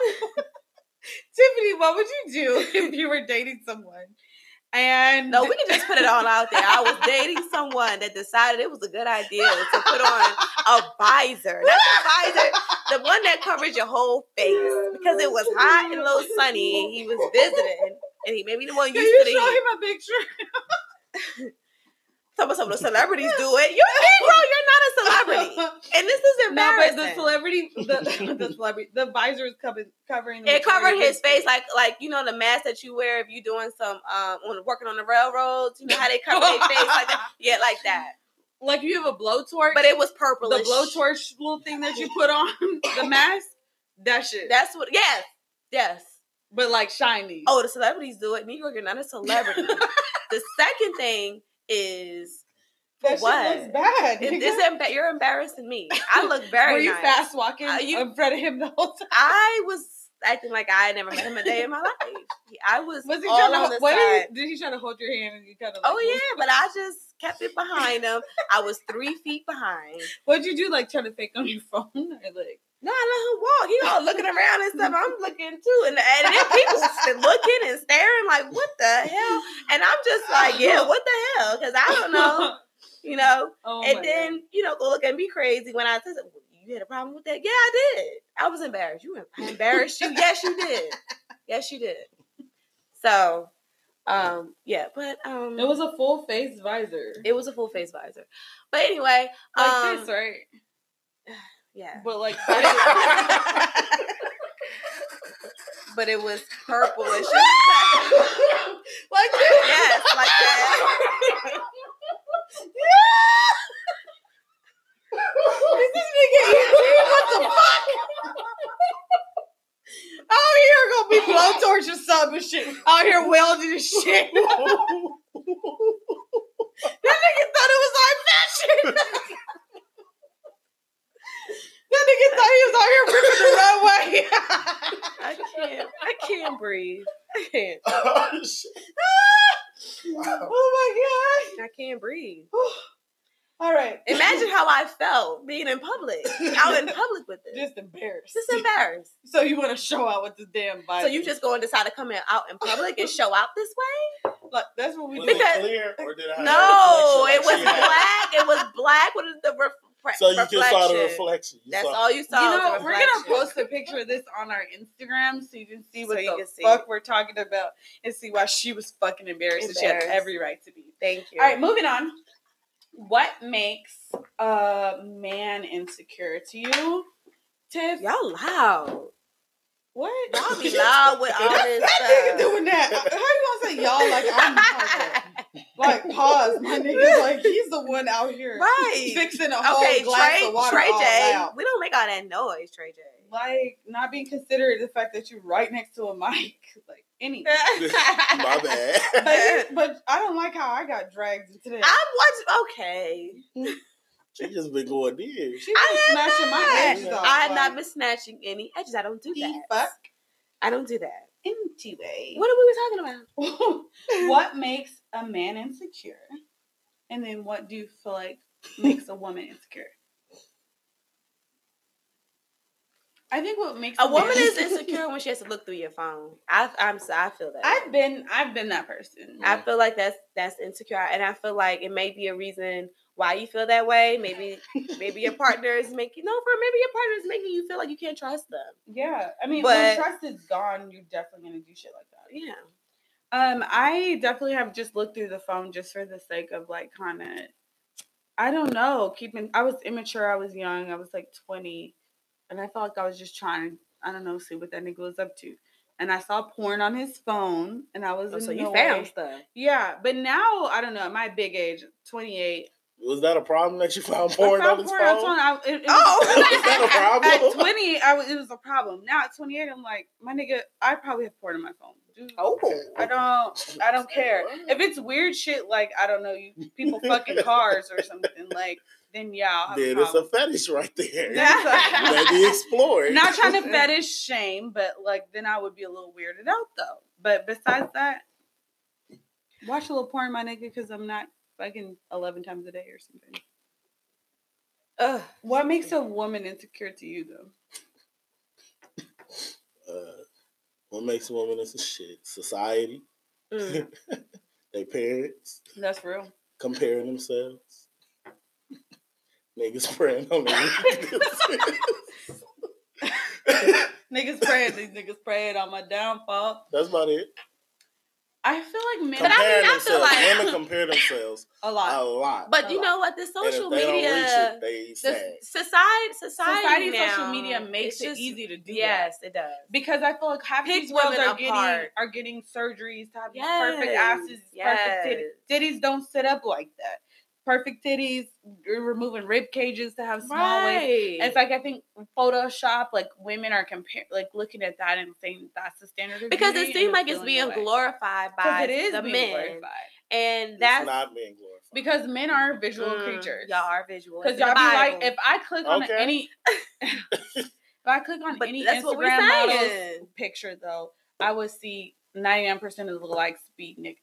Speaker 2: Tiffany, what would you <laughs> do if you were dating someone? And
Speaker 4: No, we can just put it all out there. I was dating someone that decided it was a good idea to put on a visor. Not a visor, the one that covers your whole face. Because it was hot and a little sunny and he was visiting. And he maybe the one used
Speaker 2: Can you
Speaker 4: to the
Speaker 2: show
Speaker 4: heat.
Speaker 2: him a picture?
Speaker 4: Some of some of
Speaker 2: <laughs>
Speaker 4: the celebrities do it. You're Negro, you're not a celebrity. And this is
Speaker 2: No, but
Speaker 4: embarrassing.
Speaker 2: the celebrity, the, <laughs> the celebrity, the visor is covering covering. the
Speaker 4: it covered
Speaker 2: majority of
Speaker 4: his face like like you know the mask that you wear if you doing some um on working on the railroads. You know how they cover
Speaker 2: <laughs>
Speaker 4: their face like that. Yeah, like that.
Speaker 2: Like you have a blowtorch,
Speaker 4: But it was purple.
Speaker 2: the blowtorch little thing that you put on the mask, that shit.
Speaker 4: That's what. Yes, yes.
Speaker 2: but like shiny.
Speaker 4: Oh, the celebrities do it. Negro, you're not a
Speaker 2: <laughs>
Speaker 4: celebrity. the second thing is
Speaker 2: that
Speaker 4: what?
Speaker 2: shit looks bad. <laughs>
Speaker 4: if
Speaker 2: nigga.
Speaker 4: this emba- you're embarrassing me.
Speaker 2: <laughs>
Speaker 4: I look very
Speaker 2: Were you
Speaker 4: nice.
Speaker 2: fast walking
Speaker 4: Uh, you-
Speaker 2: in front of him the whole time?
Speaker 4: I was acting like I had never met him a day in my
Speaker 2: <laughs>
Speaker 4: life. I was.
Speaker 2: Was he
Speaker 4: all
Speaker 2: trying to?
Speaker 4: on
Speaker 2: ho-
Speaker 4: the
Speaker 2: What
Speaker 4: side.
Speaker 2: did, he, did he try to hold your hand and you kind of? Like,
Speaker 4: Oh yeah, but I just kept it behind him. I was three feet behind.
Speaker 2: What'd you do? Like trying to fake on your <laughs> phone or like?
Speaker 4: No, I let him walk. He all looking around and stuff. I'm looking too, and and then <laughs> people st- looking and staring like, what the hell? And I'm just <laughs> like, yeah, what the hell? Because I don't <laughs> know, you know.
Speaker 2: <laughs> Oh my
Speaker 4: and
Speaker 2: God.
Speaker 4: then you know, go look at me crazy when I said, you had a problem with that? Yeah, I did. I was embarrassed. You em- I embarrassed you? Yes, you did. Yes, you did. So, um, yeah, but um,
Speaker 2: it was a full face visor.
Speaker 4: it was a full face visor. But anyway,
Speaker 2: like
Speaker 4: um,
Speaker 2: this, right?
Speaker 4: yeah.
Speaker 2: But
Speaker 4: <laughs>
Speaker 2: like,
Speaker 4: But it was purplish.
Speaker 2: <laughs> like this.
Speaker 4: yes, like <laughs> that.
Speaker 2: Is this nigga ET? What the fuck? <laughs> Out here gonna be blowtorch or something and shit. Out here welding and shit. that nigga thought it was our
Speaker 4: <laughs>
Speaker 2: fashion. that nigga thought he was out here ripping the runway.
Speaker 4: <laughs> I can't. I can't breathe. I can't.
Speaker 6: Oh,
Speaker 4: <laughs>
Speaker 6: shit.
Speaker 2: oh my
Speaker 4: I can't breathe.
Speaker 2: god. All right.
Speaker 4: Imagine how I felt being in public. Out in public with this.
Speaker 2: Just embarrassed.
Speaker 4: Just embarrassed.
Speaker 2: So you want to show out with this damn body?
Speaker 4: So you just going to decide to come in out in public and show out this way?
Speaker 2: like, that's what we
Speaker 6: Was
Speaker 2: do.
Speaker 4: Because-
Speaker 6: it clear or did I have
Speaker 4: No,
Speaker 6: a
Speaker 4: it was
Speaker 6: Uh, reflection like she had?
Speaker 4: black. It was black with the refra-
Speaker 6: So you
Speaker 4: reflection.
Speaker 6: just saw the reflection. You
Speaker 4: That's
Speaker 6: saw-
Speaker 4: all you saw.
Speaker 2: you
Speaker 4: was
Speaker 2: know,
Speaker 4: the
Speaker 2: we're gonna
Speaker 4: reflection.
Speaker 2: post a picture of this on our Instagram so you can see what
Speaker 4: So you
Speaker 2: the
Speaker 4: can see.
Speaker 2: fuck we're talking about and see why she was fucking embarrassed. and She had
Speaker 4: Embarrassed.
Speaker 2: every right to be.
Speaker 4: Thank you.
Speaker 2: All right, moving on. What makes a man insecure to you, Tiff?
Speaker 4: Y'all loud.
Speaker 2: What? <laughs>
Speaker 4: Y'all be loud with all this
Speaker 2: That nigga
Speaker 4: stuff.
Speaker 2: doing that. How you gonna say y'all like I'm like pause? My nigga's like he's the one out here
Speaker 4: Right.
Speaker 2: fixing a whole
Speaker 4: Okay,
Speaker 2: glass
Speaker 4: Trey,
Speaker 2: of water
Speaker 4: Trey
Speaker 2: all
Speaker 4: J.
Speaker 2: loud.
Speaker 4: We don't make all that noise, Trey
Speaker 2: <laughs>
Speaker 4: J.
Speaker 2: like not being considerate of the fact that you're right next to a mic, <laughs> like any.
Speaker 6: My bad. <laughs>
Speaker 2: But,
Speaker 4: <laughs>
Speaker 2: he- but I don't like how I got dragged into that.
Speaker 4: I'm watching. Okay.
Speaker 6: she just been going in.
Speaker 2: she
Speaker 4: I
Speaker 2: was
Speaker 4: am
Speaker 2: smashing my
Speaker 4: not.
Speaker 2: edges
Speaker 4: I
Speaker 2: off.
Speaker 4: have
Speaker 2: like,
Speaker 4: not been snatching any edges. I don't do
Speaker 2: the
Speaker 4: that.
Speaker 2: fuck
Speaker 4: I don't do that.
Speaker 2: anyway.
Speaker 4: What are we talking about?
Speaker 2: What? what makes a man insecure? And then what do you feel like makes a woman insecure? I think what makes
Speaker 4: A woman
Speaker 2: man-
Speaker 4: is insecure when she has to look through your phone. I, I'm. so- I feel that.
Speaker 2: I've been I've been that person.
Speaker 4: I feel like that's that's insecure, and I feel like it may be a reason why you feel that way. Maybe maybe
Speaker 2: <laughs>
Speaker 4: your partner is making no for maybe your partner is making you feel like you can't trust them.
Speaker 2: Yeah, I mean, when
Speaker 4: But-
Speaker 2: trust is gone, you're definitely gonna do shit like that.
Speaker 4: Yeah,
Speaker 2: Um, I definitely have just looked through the phone just for the sake of like kind of, I don't know, keeping. I was immature. I was young. I was like twenty, and I felt like I was just trying. I don't know, see what that nigga was up to, and I saw porn on his phone, and I was
Speaker 4: Oh, so you
Speaker 2: annoyed.
Speaker 4: found stuff.
Speaker 2: Yeah, but now I don't know. At my big age, twenty eight,
Speaker 6: Was that a problem that you found porn
Speaker 2: I found
Speaker 6: on his
Speaker 2: porn
Speaker 6: phone?
Speaker 2: on his phone. I, it, it <laughs>
Speaker 6: <laughs> Was
Speaker 2: was-
Speaker 6: that a
Speaker 4: <laughs>
Speaker 2: at
Speaker 6: problem?
Speaker 2: 20, I was, it was a problem. Now at 28, I'm like, my nigga, I probably have porn on my phone. Dude,
Speaker 6: Oh.
Speaker 2: I don't, I don't care. If it's weird shit, like I don't know, you people fucking cars or something, like then yeah, I'll have
Speaker 6: Then
Speaker 2: a
Speaker 6: it's a
Speaker 2: problem.
Speaker 6: fetish right there.
Speaker 2: <laughs>
Speaker 6: <laughs>
Speaker 2: That's
Speaker 6: Let me explore
Speaker 4: <laughs>
Speaker 2: a-
Speaker 6: it.
Speaker 2: not trying to fetish shame, but like then I would be a little weirded out though. But besides that, watch a little porn, my nigga, because I'm not fucking eleven times a day or something.
Speaker 4: Ugh.
Speaker 2: What makes a woman insecure to you though?
Speaker 6: Uh, what makes a woman is shit. Society,
Speaker 2: <laughs>
Speaker 4: Mm.
Speaker 6: their parents,
Speaker 2: That's real.
Speaker 6: comparing themselves. <laughs> Niggas praying on me.
Speaker 2: Niggas praying, these niggas praying on my downfall.
Speaker 6: <laughs> That's about it.
Speaker 2: I feel like men
Speaker 6: Compare
Speaker 4: I feel
Speaker 6: themselves.
Speaker 4: like-
Speaker 6: Women compare themselves
Speaker 2: a
Speaker 6: a
Speaker 3: Oh.
Speaker 2: lot.
Speaker 6: lot.
Speaker 4: But you know what? The
Speaker 6: And if
Speaker 4: social
Speaker 6: they don't reach
Speaker 4: media,
Speaker 6: it, they sad.
Speaker 4: the society, society,
Speaker 2: Society,
Speaker 4: now,
Speaker 2: social media makes
Speaker 4: it's
Speaker 2: it
Speaker 4: just-
Speaker 2: easy to do. that.
Speaker 4: Yes, it does.
Speaker 2: because I feel like half
Speaker 4: Pick
Speaker 2: these girls
Speaker 4: women
Speaker 2: are getting
Speaker 4: apart.
Speaker 2: are getting surgeries to have these perfect
Speaker 4: Yes,
Speaker 2: asses, perfect
Speaker 4: yes.
Speaker 2: titties. Titties don't sit up like that. Perfect titties, you're removing rib cages to have small waist.
Speaker 4: Right.
Speaker 2: It's like I think Photoshop, like women are compare, like looking at that and saying that's the standard. Of
Speaker 4: because
Speaker 2: beauty
Speaker 4: it
Speaker 2: and
Speaker 4: seems
Speaker 2: they're
Speaker 4: like it's
Speaker 2: feeling
Speaker 4: being
Speaker 2: away.
Speaker 4: glorified
Speaker 2: 'Cause
Speaker 4: by
Speaker 2: it is
Speaker 4: the
Speaker 2: being
Speaker 4: men,
Speaker 2: glorified.
Speaker 4: and
Speaker 6: it's
Speaker 4: that's
Speaker 6: not being glorified.
Speaker 2: Because men are visual
Speaker 4: Mm,
Speaker 2: creatures.
Speaker 4: Y'all are visual.
Speaker 2: Because
Speaker 4: It's in
Speaker 2: y'all
Speaker 4: the
Speaker 2: be like,
Speaker 4: Bible.
Speaker 2: if I click on
Speaker 6: Okay.
Speaker 4: <laughs>
Speaker 2: any, <laughs> if I click on
Speaker 4: But
Speaker 2: any
Speaker 4: that's what we're
Speaker 2: Instagram model's
Speaker 4: saying.
Speaker 2: picture though, I would see ninety nine percent of the likes be niggas.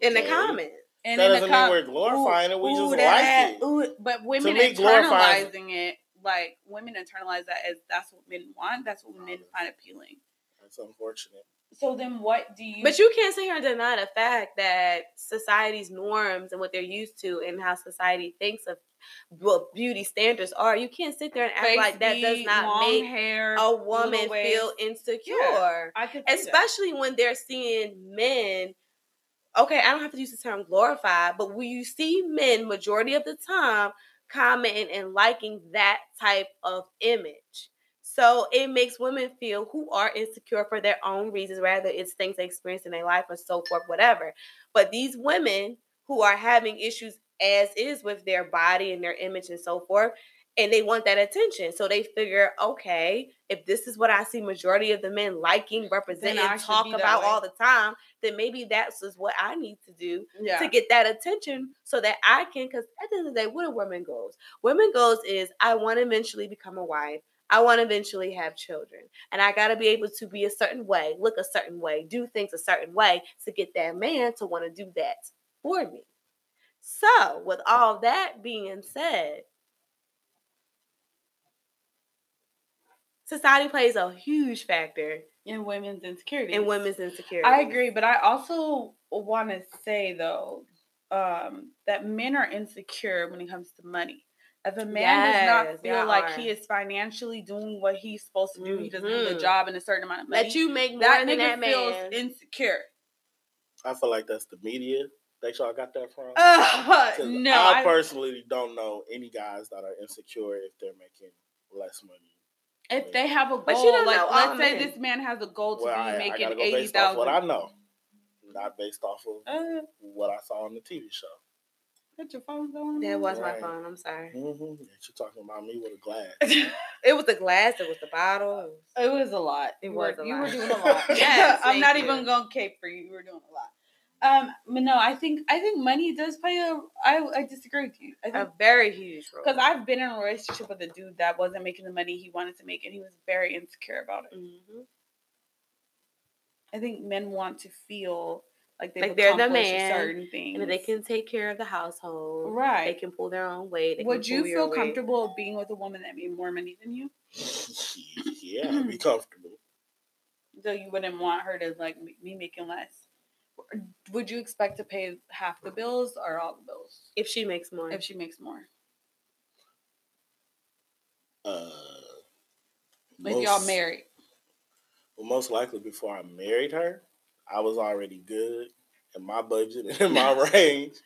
Speaker 4: in the
Speaker 6: Okay.
Speaker 4: comments.
Speaker 2: And
Speaker 6: That
Speaker 2: in the
Speaker 6: doesn't mean
Speaker 2: com-
Speaker 6: we're glorifying it. We
Speaker 2: ooh,
Speaker 6: just like
Speaker 2: that-
Speaker 6: it.
Speaker 2: ooh, but women
Speaker 6: me, glorifies-
Speaker 2: internalizing it, like women internalize that as that's what men want. That's what men find appealing.
Speaker 6: That's unfortunate.
Speaker 2: So then, what do you?
Speaker 4: But you can't sit here and deny the fact that society's norms and what they're used to and how society thinks of what beauty standards are. You can't sit there and act
Speaker 2: Face
Speaker 4: like that does
Speaker 2: beat,
Speaker 4: not
Speaker 2: long
Speaker 4: make
Speaker 2: hair,
Speaker 4: a woman
Speaker 2: little waist.
Speaker 4: feel insecure.
Speaker 2: I could see that.
Speaker 4: especially when they're seeing men. Okay, I don't have to use the term glorified, but when you see men majority of the time commenting and liking that type of image. So it makes women feel who are insecure for their own reasons, rather it's things they experience in their life or so forth, whatever. But these women who are having issues as is with their body and their image and so forth, and they want that attention. So they figure, okay, if this is what I see majority of the men liking, representing,
Speaker 2: I should
Speaker 4: talk
Speaker 2: be that
Speaker 4: about
Speaker 2: way.
Speaker 4: all the time, then maybe that's just what I need to do
Speaker 2: Yeah.
Speaker 4: to get that attention so that I can, because at the end of the day, what are women goals? Women goals is I want to eventually become a wife. I want to eventually have children. And I got to be able to be a certain way, look a certain way, do things a certain way to get that man to want to do that for me. So, with all that being said, society plays a huge factor
Speaker 2: in women's insecurities.
Speaker 4: in women's insecurity.
Speaker 2: I agree, but I also want to say though um, that men are insecure when it comes to money. If a man does
Speaker 4: Yes,
Speaker 2: not
Speaker 4: they
Speaker 2: feel like
Speaker 4: are.
Speaker 2: he is financially doing what he's supposed to do, he doesn't have a
Speaker 4: Mhm.
Speaker 2: job and a certain amount of money.
Speaker 4: That you make more
Speaker 2: that
Speaker 4: than
Speaker 2: nigga
Speaker 4: that
Speaker 2: feels
Speaker 4: man.
Speaker 2: insecure. <laughs>
Speaker 3: I feel like that's the media. That y'all got that from.
Speaker 2: Uh,
Speaker 3: 'Cause
Speaker 2: no,
Speaker 3: I,
Speaker 2: I-
Speaker 3: personally don't know any guys that are insecure if they're making less money.
Speaker 2: if they have a goal,
Speaker 4: But you don't
Speaker 2: like
Speaker 4: know all
Speaker 2: let's say
Speaker 4: men.
Speaker 2: this man has a goal to
Speaker 3: well,
Speaker 2: be
Speaker 3: I, I
Speaker 2: making
Speaker 3: gotta go
Speaker 2: eighty
Speaker 3: based off what I
Speaker 2: thousand.
Speaker 3: know, not based off of
Speaker 2: Uh,
Speaker 3: what I saw on the TV show.
Speaker 2: put your phone down.
Speaker 4: That was my
Speaker 3: Right.
Speaker 4: phone. I'm sorry.
Speaker 3: Mm-hmm. Yeah, you talking about me with a glass. <laughs>
Speaker 2: <laughs>
Speaker 4: It was the glass. It was the bottle.
Speaker 2: It was a lot.
Speaker 4: It
Speaker 2: You
Speaker 4: was
Speaker 2: were-
Speaker 4: a
Speaker 2: you were
Speaker 4: lot. <laughs>
Speaker 2: doing a lot.
Speaker 4: Yes,
Speaker 2: I'm
Speaker 4: thank
Speaker 2: not
Speaker 4: you.
Speaker 2: even going to cape for you. You were doing a lot. Um, but no, I think I think money does play a. I I disagree with you. I
Speaker 4: A
Speaker 2: think
Speaker 4: very huge role.
Speaker 2: because I've been in a relationship with a dude that wasn't making the money he wanted to make, and he was very insecure about it.
Speaker 4: Mhm.
Speaker 2: I think men want to feel like they've
Speaker 4: Like they're the
Speaker 2: accomplished
Speaker 4: man,
Speaker 2: certain things.
Speaker 4: and if they can take care of the household.
Speaker 2: right.
Speaker 4: They can pull their own weight. they can
Speaker 2: Would you
Speaker 4: pull your
Speaker 2: feel
Speaker 4: weight.
Speaker 2: comfortable being with a woman that made more money than you?
Speaker 3: yeah, be comfortable.
Speaker 2: Though you wouldn't want her to like m- me making less. Would you expect to pay half the bills or all the bills?
Speaker 4: if she makes more?
Speaker 2: if she makes more.
Speaker 3: Uh,
Speaker 2: If y'all
Speaker 3: most-
Speaker 2: married,
Speaker 3: Well, most likely before I married her, I was already good in my budget and in my
Speaker 2: <laughs>
Speaker 3: range.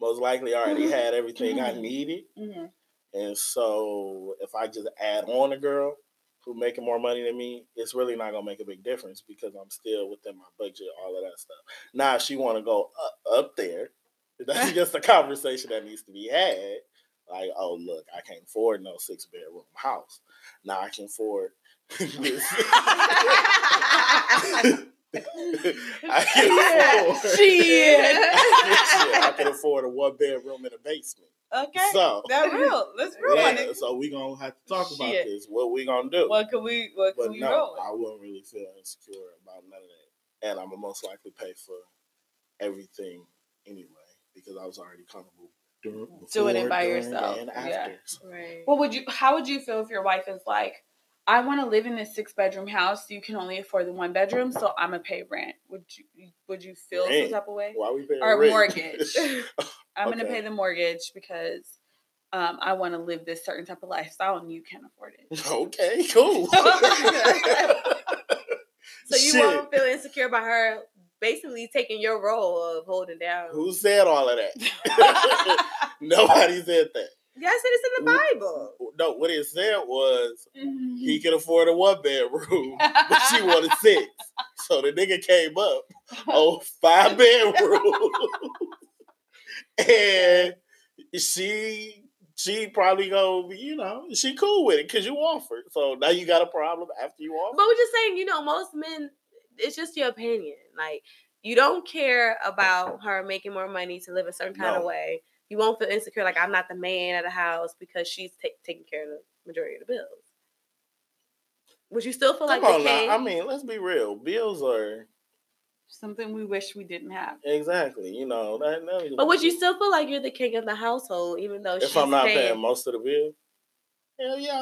Speaker 3: Most likely already had everything I needed.
Speaker 2: Mm-hmm.
Speaker 3: And so if I just add on a girl who making more money than me, it's really not gonna make a big difference because I'm still within my budget, all of that stuff. Now if she wanna go up, up there, <laughs> that's just a conversation that needs to be had. Like, oh look, I can't afford no six bedroom house. Now I can afford <laughs> this. <laughs>
Speaker 2: <laughs>
Speaker 3: I can afford <laughs> Yeah, I can afford a one bedroom in a basement.
Speaker 2: Okay,
Speaker 3: So
Speaker 2: that's real. Let's roll on
Speaker 3: yeah,
Speaker 2: it.
Speaker 3: so we gonna have to talk about
Speaker 2: Shit.
Speaker 3: this. What we gonna do?
Speaker 2: What can we? What can
Speaker 3: but
Speaker 2: we
Speaker 3: no,
Speaker 2: roll?
Speaker 3: I wouldn't really feel insecure about none of that, and I'm gonna most likely pay for everything anyway because I was already comfortable doing
Speaker 2: Doing it
Speaker 3: before,
Speaker 2: by
Speaker 3: during,
Speaker 2: yourself.
Speaker 3: and
Speaker 2: Yeah.
Speaker 3: after. So,
Speaker 4: right.
Speaker 2: What would you? How would you feel if your wife is like, "I want to live in this six bedroom house. You can only afford the one bedroom, so I'm gonna pay rent." Would you? Would you feel
Speaker 3: Rent?
Speaker 2: some type of way?
Speaker 3: Why we paying
Speaker 2: Or
Speaker 3: rent?
Speaker 2: mortgage. I'm gonna
Speaker 3: Okay.
Speaker 2: pay the mortgage because um, I want to live this certain type of lifestyle, and you can't afford it.
Speaker 3: <laughs> okay,
Speaker 2: <laughs>
Speaker 3: cool.
Speaker 4: So you
Speaker 3: <laughs> Shit.
Speaker 4: won't feel insecure about her basically taking your role of holding down.
Speaker 3: Who said all of that? <laughs>
Speaker 2: <laughs>
Speaker 3: Nobody said that.
Speaker 4: Yeah, I said it's in the Bible.
Speaker 3: No, what it said was
Speaker 2: <laughs>
Speaker 3: he could afford a one bedroom, but she
Speaker 2: was.
Speaker 3: wanted six. So the nigga came up on
Speaker 4: <laughs>
Speaker 3: five bedroom, and she she probably go, you know, she cool with it because you offered. So now you got a problem after you
Speaker 4: But
Speaker 3: offer.
Speaker 4: we're just saying, you know, most men, it's just your opinion. Like, you don't care about her making more money to live a certain kind of
Speaker 3: No.
Speaker 4: way. You won't feel insecure, like I'm not the man of the house because she's ta- taking care of the majority of the bills. Would you still feel like
Speaker 3: Come
Speaker 4: the
Speaker 3: on
Speaker 4: king?
Speaker 3: now, I mean, let's be real. Bills are
Speaker 2: Something we wish we didn't have.
Speaker 3: exactly, you know. That, that
Speaker 4: but would you still feel like you're the king of the household, even though she's
Speaker 3: if I'm not paying,
Speaker 4: paying
Speaker 3: most of the bill? Hell yeah,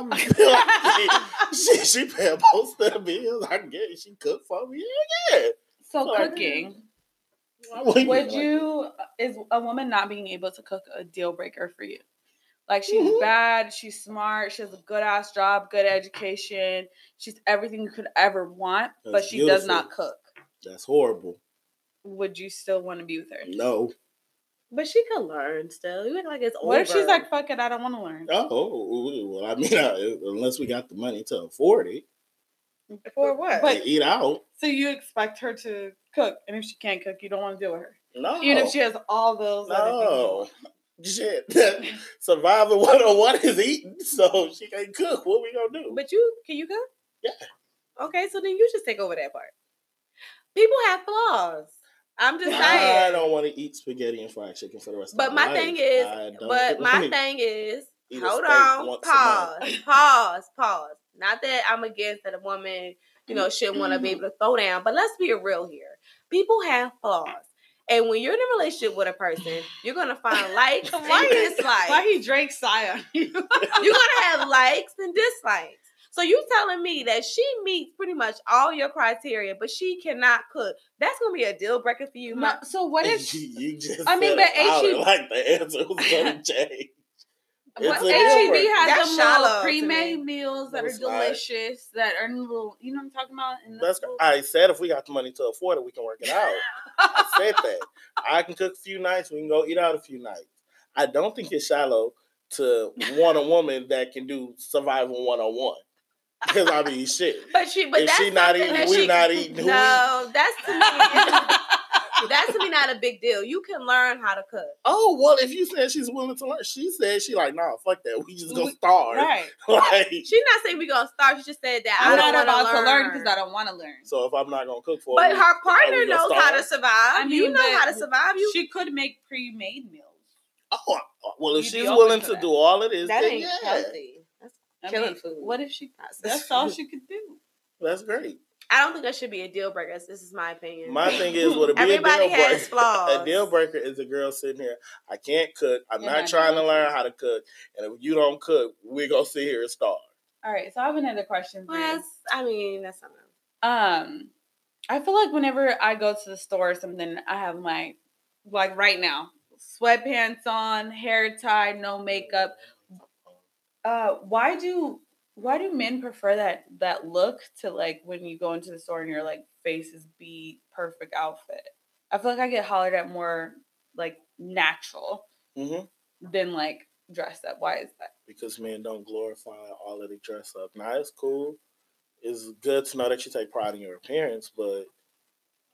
Speaker 4: <laughs>
Speaker 3: I'm <laughs> she, she paying most of the bills. I get it. She cook for me. Hell yeah.
Speaker 2: So
Speaker 3: Well, I
Speaker 2: cooking,
Speaker 3: Why wouldn't
Speaker 2: would
Speaker 3: like
Speaker 2: you? Is a woman not being able to cook a deal breaker for you? Like she's
Speaker 3: Mhm.
Speaker 2: bad, she's smart, she has a good ass job, good education, she's everything you could ever want, but
Speaker 3: That's
Speaker 2: she does not cook.
Speaker 3: That's horrible.
Speaker 2: Would you still want to be with her?
Speaker 3: No.
Speaker 4: But she could learn still. You act like it's
Speaker 2: What
Speaker 4: over.
Speaker 2: if she's like, fuck it, I don't want to learn?
Speaker 7: Oh, well, I
Speaker 3: <laughs>
Speaker 7: mean, I, unless we got the money to afford it,
Speaker 2: For what?
Speaker 7: but
Speaker 2: But
Speaker 7: eat out.
Speaker 2: so you expect her to cook, and if she can't cook, you don't want to deal with her.
Speaker 3: No.
Speaker 2: Even if she has all those other
Speaker 3: no. <laughs> Shit. Surviving 101 is eating, <laughs> so she can't cook. What we gonna do?
Speaker 4: But you can you cook?
Speaker 3: Yeah.
Speaker 4: Okay, so then you just take over that part. People have flaws. I'm just
Speaker 3: <laughs> I
Speaker 4: saying.
Speaker 3: don't want to eat spaghetti and fried chicken for the rest
Speaker 4: But
Speaker 3: of
Speaker 4: my
Speaker 3: my life.
Speaker 4: thing is-
Speaker 3: I don't <laughs>
Speaker 4: But my
Speaker 3: wanna
Speaker 4: thing is,
Speaker 3: eat a
Speaker 4: hold
Speaker 3: steak
Speaker 4: on,
Speaker 3: once a month.
Speaker 4: pause, pause, pause. Not that I'm against that a woman, you know, shouldn't want to
Speaker 3: Mm-hmm.
Speaker 4: be able to throw down, but let's be real here. People have flaws. And when you're in a relationship with a person, you're gonna
Speaker 3: <laughs>
Speaker 4: find likes and
Speaker 2: Why is-
Speaker 4: dislikes.
Speaker 2: Why he drank Saya? <laughs>
Speaker 4: You're gonna have likes and dislikes. So you telling me that she meets pretty much all your criteria, but she cannot cook. That's gonna be a deal breaker for you. Ma-
Speaker 2: so what if?
Speaker 3: <laughs> you, you just
Speaker 2: I mean,
Speaker 3: said
Speaker 2: but
Speaker 3: it out
Speaker 2: HEB
Speaker 3: and like the answer was
Speaker 4: <laughs>
Speaker 3: gonna change.
Speaker 2: What
Speaker 3: It's a
Speaker 2: HEB
Speaker 3: different-
Speaker 2: has
Speaker 4: That's
Speaker 2: them
Speaker 4: shallow
Speaker 2: little
Speaker 4: to
Speaker 2: pre-made
Speaker 4: me.
Speaker 2: meals that
Speaker 3: No,
Speaker 2: are
Speaker 3: it's not.
Speaker 2: delicious, that are in little, you know what I'm talking about? In the
Speaker 3: That's
Speaker 2: little-
Speaker 3: I said if we got the money to afford it, we can work it out. I
Speaker 2: <laughs>
Speaker 3: said that. I can cook a few nights, we can go eat out a few nights. I don't think it's shallow to want a woman that can do survival one on one. Because I
Speaker 2: <laughs>
Speaker 3: mean shit.
Speaker 4: but she, but
Speaker 3: if
Speaker 4: that's
Speaker 3: she not
Speaker 4: something
Speaker 3: eating,
Speaker 4: that
Speaker 3: we
Speaker 4: she-
Speaker 3: not eating. who
Speaker 4: No, that's to me. <laughs> that's to me not a big deal. You can learn how to cook.
Speaker 3: Oh well, if you said she's willing to learn, she said she like, nah, fuck that. We just gonna
Speaker 2: We-
Speaker 3: starve.
Speaker 2: Right.
Speaker 3: <laughs> like,
Speaker 4: She's not saying we gonna start. She just said that
Speaker 2: I'm
Speaker 4: I don't
Speaker 2: not
Speaker 4: want
Speaker 2: about
Speaker 4: to
Speaker 2: to learn because I don't want to learn.
Speaker 3: so if I'm not gonna cook for
Speaker 4: But
Speaker 3: her,
Speaker 4: her
Speaker 3: Are
Speaker 4: partner
Speaker 3: we gonna
Speaker 4: knows how to
Speaker 3: starve?
Speaker 4: survive.
Speaker 2: I
Speaker 4: you
Speaker 2: mean,
Speaker 4: know
Speaker 2: but
Speaker 4: how to survive. You
Speaker 2: She could make pre-made meals.
Speaker 3: oh, well, if
Speaker 2: You'd be
Speaker 3: she's
Speaker 2: open
Speaker 3: willing
Speaker 2: to
Speaker 3: to
Speaker 2: that.
Speaker 3: do all of this,
Speaker 4: that
Speaker 3: then
Speaker 4: ain't
Speaker 3: yeah,
Speaker 4: healthy. That's
Speaker 2: I
Speaker 4: Killing
Speaker 2: mean,
Speaker 4: food.
Speaker 2: What if
Speaker 3: <laughs>
Speaker 2: she?
Speaker 4: not
Speaker 2: That's all she could do.
Speaker 3: that's great.
Speaker 4: I don't think that should be a deal breaker. This is my opinion.
Speaker 3: My thing is, would it be
Speaker 4: Everybody
Speaker 3: a deal
Speaker 4: has
Speaker 3: breaker?
Speaker 4: flaws.
Speaker 3: <laughs> A deal breaker is a girl sitting here. I can't cook. I'm
Speaker 2: Yeah,
Speaker 3: not
Speaker 2: I
Speaker 3: trying to
Speaker 2: know.
Speaker 3: learn how to cook. And if you don't cook, we're gonna sit here and starve.
Speaker 2: All right. So I have another question. For
Speaker 4: Well,
Speaker 2: you.
Speaker 4: that's- I mean, that's something.
Speaker 2: Um, I feel like whenever I go to the store or something, I have my like right now sweatpants on, hair tied, no makeup. Uh, why do why do men prefer that that look to like when you go into the store and your like face is beat, perfect outfit? I feel like I get hollered at more like natural
Speaker 3: hmm
Speaker 2: than like dressed up. Why is that?
Speaker 3: Because men don't glorify all of the dress up. Now it's cool. It's good to know that you take pride in your appearance, but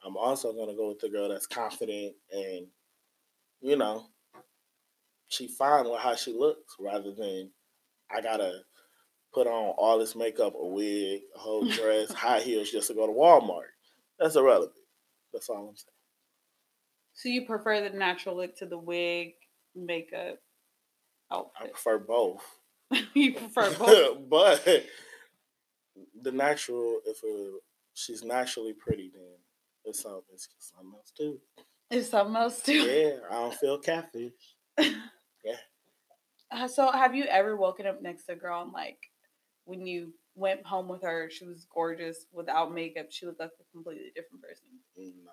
Speaker 3: I'm also gonna go with the girl that's confident and you know she fine with how she looks rather than I gotta put on all this makeup, a wig, a whole dress, high heels just to go to Walmart. That's irrelevant. That's all I'm saying.
Speaker 2: So you prefer the natural look to the wig, makeup,
Speaker 3: I
Speaker 2: outfit?
Speaker 3: prefer both.
Speaker 2: <laughs> you
Speaker 3: <laughs>
Speaker 2: prefer both.
Speaker 3: but the natural, if uh she's naturally pretty, then it's something, it's something else
Speaker 4: <laughs>
Speaker 3: too.
Speaker 2: It's something else too.
Speaker 3: Yeah, I don't feel catfish.
Speaker 2: Uh, So, have you ever woken up next to a girl and like when you went home with her, she was gorgeous without makeup. She looked like a completely different person.
Speaker 3: No,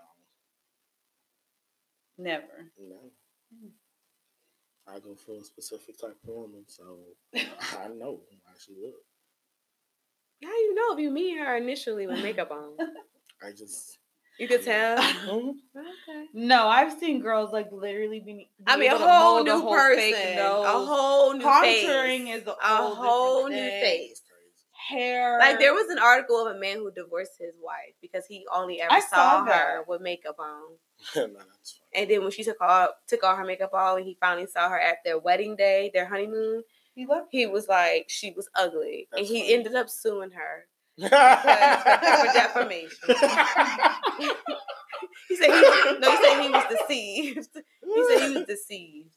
Speaker 2: Never.
Speaker 3: no. I go for a specific type of woman,
Speaker 4: <laughs>
Speaker 3: so I know how she look.
Speaker 4: How you know if you meet her initially with makeup on?
Speaker 3: I
Speaker 4: <laughs>
Speaker 3: just
Speaker 4: You could tell.
Speaker 2: <laughs>
Speaker 3: Mhm.
Speaker 4: Okay.
Speaker 2: No, I've seen girls like literally being.
Speaker 4: I mean, a
Speaker 2: able to
Speaker 4: whole
Speaker 2: mold
Speaker 4: new person,
Speaker 2: nose.
Speaker 4: a whole new
Speaker 2: contouring
Speaker 4: face.
Speaker 2: is a,
Speaker 4: a whole new
Speaker 2: different thing.
Speaker 4: face.
Speaker 3: crazy.
Speaker 2: Hair,
Speaker 4: Like there was an article of a man who divorced his wife because he only ever
Speaker 2: I
Speaker 4: saw,
Speaker 2: saw
Speaker 4: her
Speaker 2: that.
Speaker 4: with makeup on.
Speaker 3: <laughs> no, that's fine.
Speaker 4: And then when she took all took all her makeup off, and he finally saw her at their wedding day, their honeymoon,
Speaker 2: He left.
Speaker 4: he was like, she was ugly, and
Speaker 3: That's
Speaker 4: he
Speaker 3: funny.
Speaker 4: ended up suing her for
Speaker 3: I
Speaker 4: defamation. He said he no, he said he was deceived. <laughs> He
Speaker 3: <laughs>
Speaker 4: said he was deceived,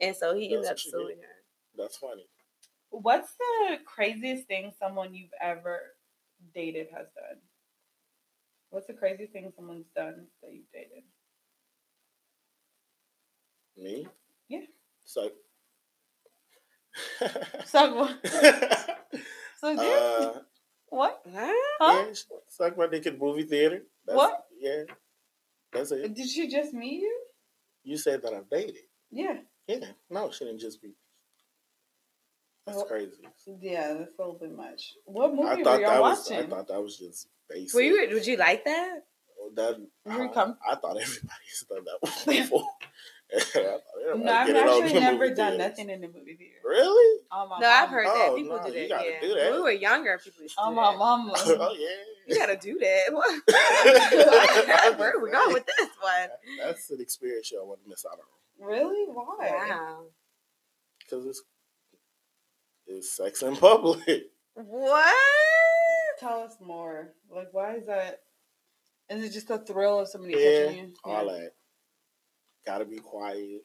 Speaker 4: and so he ended
Speaker 3: That's
Speaker 4: up
Speaker 3: what she did.
Speaker 4: suing her.
Speaker 3: That's funny.
Speaker 2: What's the craziest thing someone you've ever dated has done? What's the craziest thing someone's done that you've dated?
Speaker 3: Me?
Speaker 2: Yeah.
Speaker 4: <laughs>
Speaker 3: So.
Speaker 2: So, so this-
Speaker 3: uh,
Speaker 2: what?
Speaker 4: Huh?
Speaker 2: Huh?
Speaker 3: Yeah, suck my dick at movie theater. That's,
Speaker 2: What?
Speaker 3: Yeah, that's it.
Speaker 2: Did she just meet you?
Speaker 3: You said that I've dated.
Speaker 2: Yeah.
Speaker 3: Yeah, no, she didn't just be. That's
Speaker 2: Well,
Speaker 3: crazy.
Speaker 2: Yeah, that's a little bit much. What movie
Speaker 3: I
Speaker 2: were
Speaker 3: thought
Speaker 2: y'all
Speaker 3: that was.
Speaker 2: watching?
Speaker 3: I thought that was just basic.
Speaker 4: Were you? Would you like that?
Speaker 3: that,
Speaker 2: Were you
Speaker 3: I-
Speaker 2: com-
Speaker 3: <laughs>
Speaker 2: <laughs>
Speaker 3: I, thought everybody's done that before. <laughs> Everybody
Speaker 2: No, I've
Speaker 3: get it on
Speaker 2: actually
Speaker 3: the
Speaker 2: never
Speaker 3: movie
Speaker 2: done
Speaker 3: theaters.
Speaker 2: nothing in the movie theater.
Speaker 3: Really? <laughs>
Speaker 2: Oh my
Speaker 4: No, I've
Speaker 2: mama.
Speaker 4: heard that.
Speaker 3: Oh,
Speaker 4: People
Speaker 3: no,
Speaker 4: do that.
Speaker 3: you gotta
Speaker 4: yeah.
Speaker 3: do that.
Speaker 4: When we were younger, people used to
Speaker 2: Oh
Speaker 4: do
Speaker 2: my
Speaker 4: that.
Speaker 2: mama.
Speaker 3: <laughs> oh yeah.
Speaker 2: <laughs>
Speaker 4: You gotta do
Speaker 3: <laughs>
Speaker 4: that. <laughs>
Speaker 3: That's
Speaker 4: Where are we
Speaker 3: insane.
Speaker 4: going with this one?
Speaker 3: <laughs> That's an experience y'all want to miss out on
Speaker 2: really? Why?
Speaker 4: Wow.
Speaker 3: because it's it's sex in public.
Speaker 4: What?
Speaker 2: Tell us more. Like, why is that? Is it just the thrill of somebody
Speaker 3: Yeah,
Speaker 2: touching you?
Speaker 3: all that. Gotta be quiet.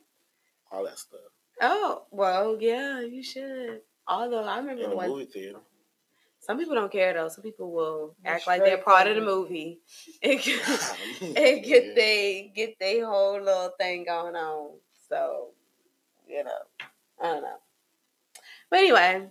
Speaker 3: All that stuff
Speaker 4: Oh, well, yeah, you should. Although I
Speaker 3: in
Speaker 4: remember
Speaker 3: a
Speaker 4: one
Speaker 3: movie
Speaker 4: <laughs>
Speaker 3: theater. <laughs>
Speaker 4: some people don't care though. Some people will
Speaker 2: They're
Speaker 4: act like they're
Speaker 2: straight
Speaker 4: part of the
Speaker 2: forward.
Speaker 4: movie. <laughs> And
Speaker 3: <laughs>
Speaker 4: get, <laughs> and
Speaker 3: Yeah.
Speaker 4: get they get they whole little thing going on. So, you know. I don't know. But anyway,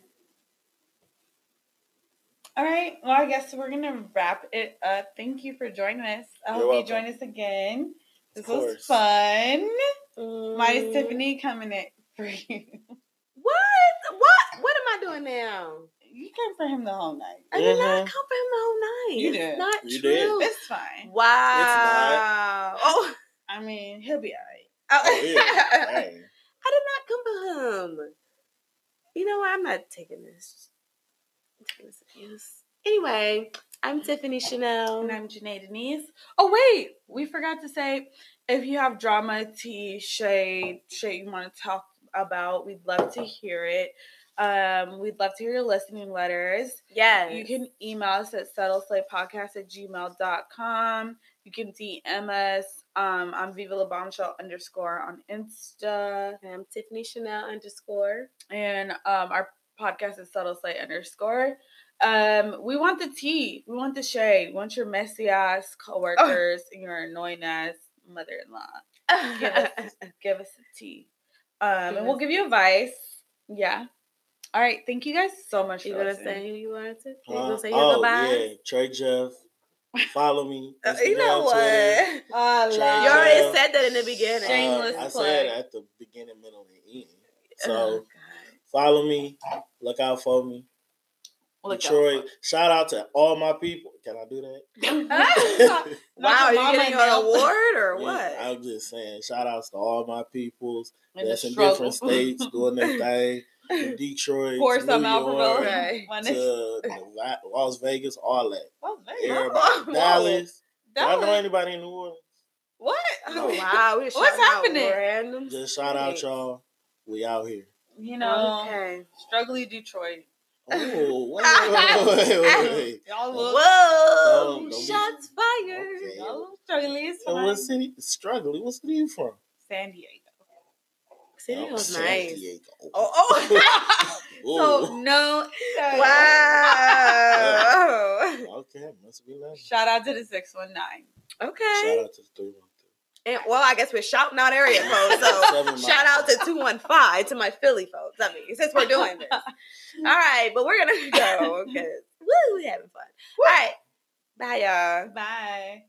Speaker 2: All right. Well, I guess we're gonna wrap it up. Thank you for joining us. I
Speaker 3: You're
Speaker 2: hope
Speaker 3: welcome.
Speaker 2: you join us again. This was
Speaker 3: course.
Speaker 2: fun. Mighty
Speaker 4: mm,
Speaker 2: Tiffany coming in for <laughs> you.
Speaker 4: What? What? What am I doing now?
Speaker 2: You came for him the whole night.
Speaker 4: I did not
Speaker 3: Mhm.
Speaker 4: come for him all night.
Speaker 2: You
Speaker 4: It's
Speaker 2: did.
Speaker 4: Not
Speaker 3: You
Speaker 4: true.
Speaker 3: did.
Speaker 2: It's fine.
Speaker 4: Wow. Oh.
Speaker 2: I mean, he'll be alright.
Speaker 3: Oh, yeah.
Speaker 4: I
Speaker 3: Dang.
Speaker 4: did not come for him. You know what? I'm not taking this. I'm taking this abuse. Anyway, I'm Tiffany Chanel.
Speaker 2: And I'm Janae Denise. Oh wait, we forgot to say if you have drama, tea, shade, shit you want to talk about, we'd love to hear it. Um, we'd love to hear your listening letters.
Speaker 4: Yes.
Speaker 2: You can email us at settleslaypodcast at gmail.com. You can DM us um, on Viva La Bombshell underscore on Insta.
Speaker 4: And I'm Tiffany Chanel underscore.
Speaker 2: And um, our podcast is Subtle Slay underscore. Um, we want the tea. We want the shade. We want your messy ass coworkers and your annoying ass mother in law.
Speaker 4: <laughs>
Speaker 2: Give us give us the tea. Um,
Speaker 4: Give
Speaker 2: and we'll
Speaker 4: us-
Speaker 2: give you advice. Yeah. All right. Thank you guys so much for
Speaker 4: you gonna
Speaker 2: listening.
Speaker 4: say who you are to? You
Speaker 3: Huh?
Speaker 4: gonna say your
Speaker 3: oh
Speaker 4: goodbyes?
Speaker 3: yeah, Trey Jeff. Follow me.
Speaker 4: <laughs> Uh, you know
Speaker 3: Instagram, Twitter.
Speaker 4: what? Ah,
Speaker 2: I
Speaker 3: Trey
Speaker 2: love
Speaker 4: You already
Speaker 3: Jeff.
Speaker 4: said that in <laughs> the beginning.
Speaker 3: Uh,
Speaker 2: Shameless
Speaker 3: I
Speaker 2: plug.
Speaker 3: said at the beginning, middle, and end.
Speaker 4: Oh,
Speaker 3: So
Speaker 4: God.
Speaker 3: follow me. Look out for me.
Speaker 2: Look out
Speaker 3: Detroit. Shout out to all my people. Can I do that?
Speaker 4: wow,
Speaker 2: <laughs>
Speaker 4: <laughs>
Speaker 3: <laughs>
Speaker 2: Not
Speaker 4: are
Speaker 2: your
Speaker 4: you
Speaker 2: mama
Speaker 4: getting
Speaker 2: now.
Speaker 4: an award or
Speaker 3: Yeah,
Speaker 4: what?
Speaker 3: I'm just saying, shout outs to all my peoples
Speaker 2: in
Speaker 3: that's
Speaker 2: the
Speaker 3: in
Speaker 2: struggle.
Speaker 3: different states doing
Speaker 4: <laughs>
Speaker 3: their thing. From Detroit,
Speaker 2: Pour
Speaker 3: to
Speaker 2: some
Speaker 3: New
Speaker 2: out for Rose.
Speaker 3: York,
Speaker 4: Okay.
Speaker 2: When <laughs> it's-
Speaker 3: to La- Las Vegas,
Speaker 4: <laughs>
Speaker 3: all that.
Speaker 2: Oh, there you go.
Speaker 3: Everybody, Dallas. Do
Speaker 2: That
Speaker 3: I know
Speaker 2: was-
Speaker 3: anybody in New Orleans?
Speaker 2: what? <laughs>
Speaker 4: Oh <laughs> wow, we just
Speaker 2: What's
Speaker 4: shouting out
Speaker 2: happening?
Speaker 4: Random.
Speaker 3: Just shout out
Speaker 4: states.
Speaker 3: y'all. We out
Speaker 4: <laughs>
Speaker 3: here.
Speaker 2: You know,
Speaker 4: Okay.
Speaker 2: struggling Detroit.
Speaker 3: Oh, wait, wait, wait, wait, wait. Um,
Speaker 2: Y'all look.
Speaker 4: Whoa!
Speaker 3: Oh, don't be-
Speaker 4: shots fired.
Speaker 3: Okay.
Speaker 2: Y'all look struggling. It's
Speaker 3: And
Speaker 2: fine.
Speaker 3: what city? Struggling. What city you from?
Speaker 2: San Diego.
Speaker 4: See, that
Speaker 3: Oh,
Speaker 4: was
Speaker 3: San
Speaker 4: nice.
Speaker 3: Diego.
Speaker 4: Oh, <laughs> oh.
Speaker 3: Ooh.
Speaker 4: so no.
Speaker 3: Yeah.
Speaker 4: Wow.
Speaker 3: Okay, must be nice.
Speaker 2: Shout out to the 619.
Speaker 4: Okay.
Speaker 3: Shout out to the 313.
Speaker 4: <laughs> And, well, I guess we're shouting out area folks. So
Speaker 3: <laughs> Seven
Speaker 4: shout
Speaker 3: miles.
Speaker 4: out to two one five to my Philly folks. I mean, since we're doing <laughs> this. All right, but we're <laughs> gonna go because woo, we having fun. All right. Bye y'all.
Speaker 2: Bye.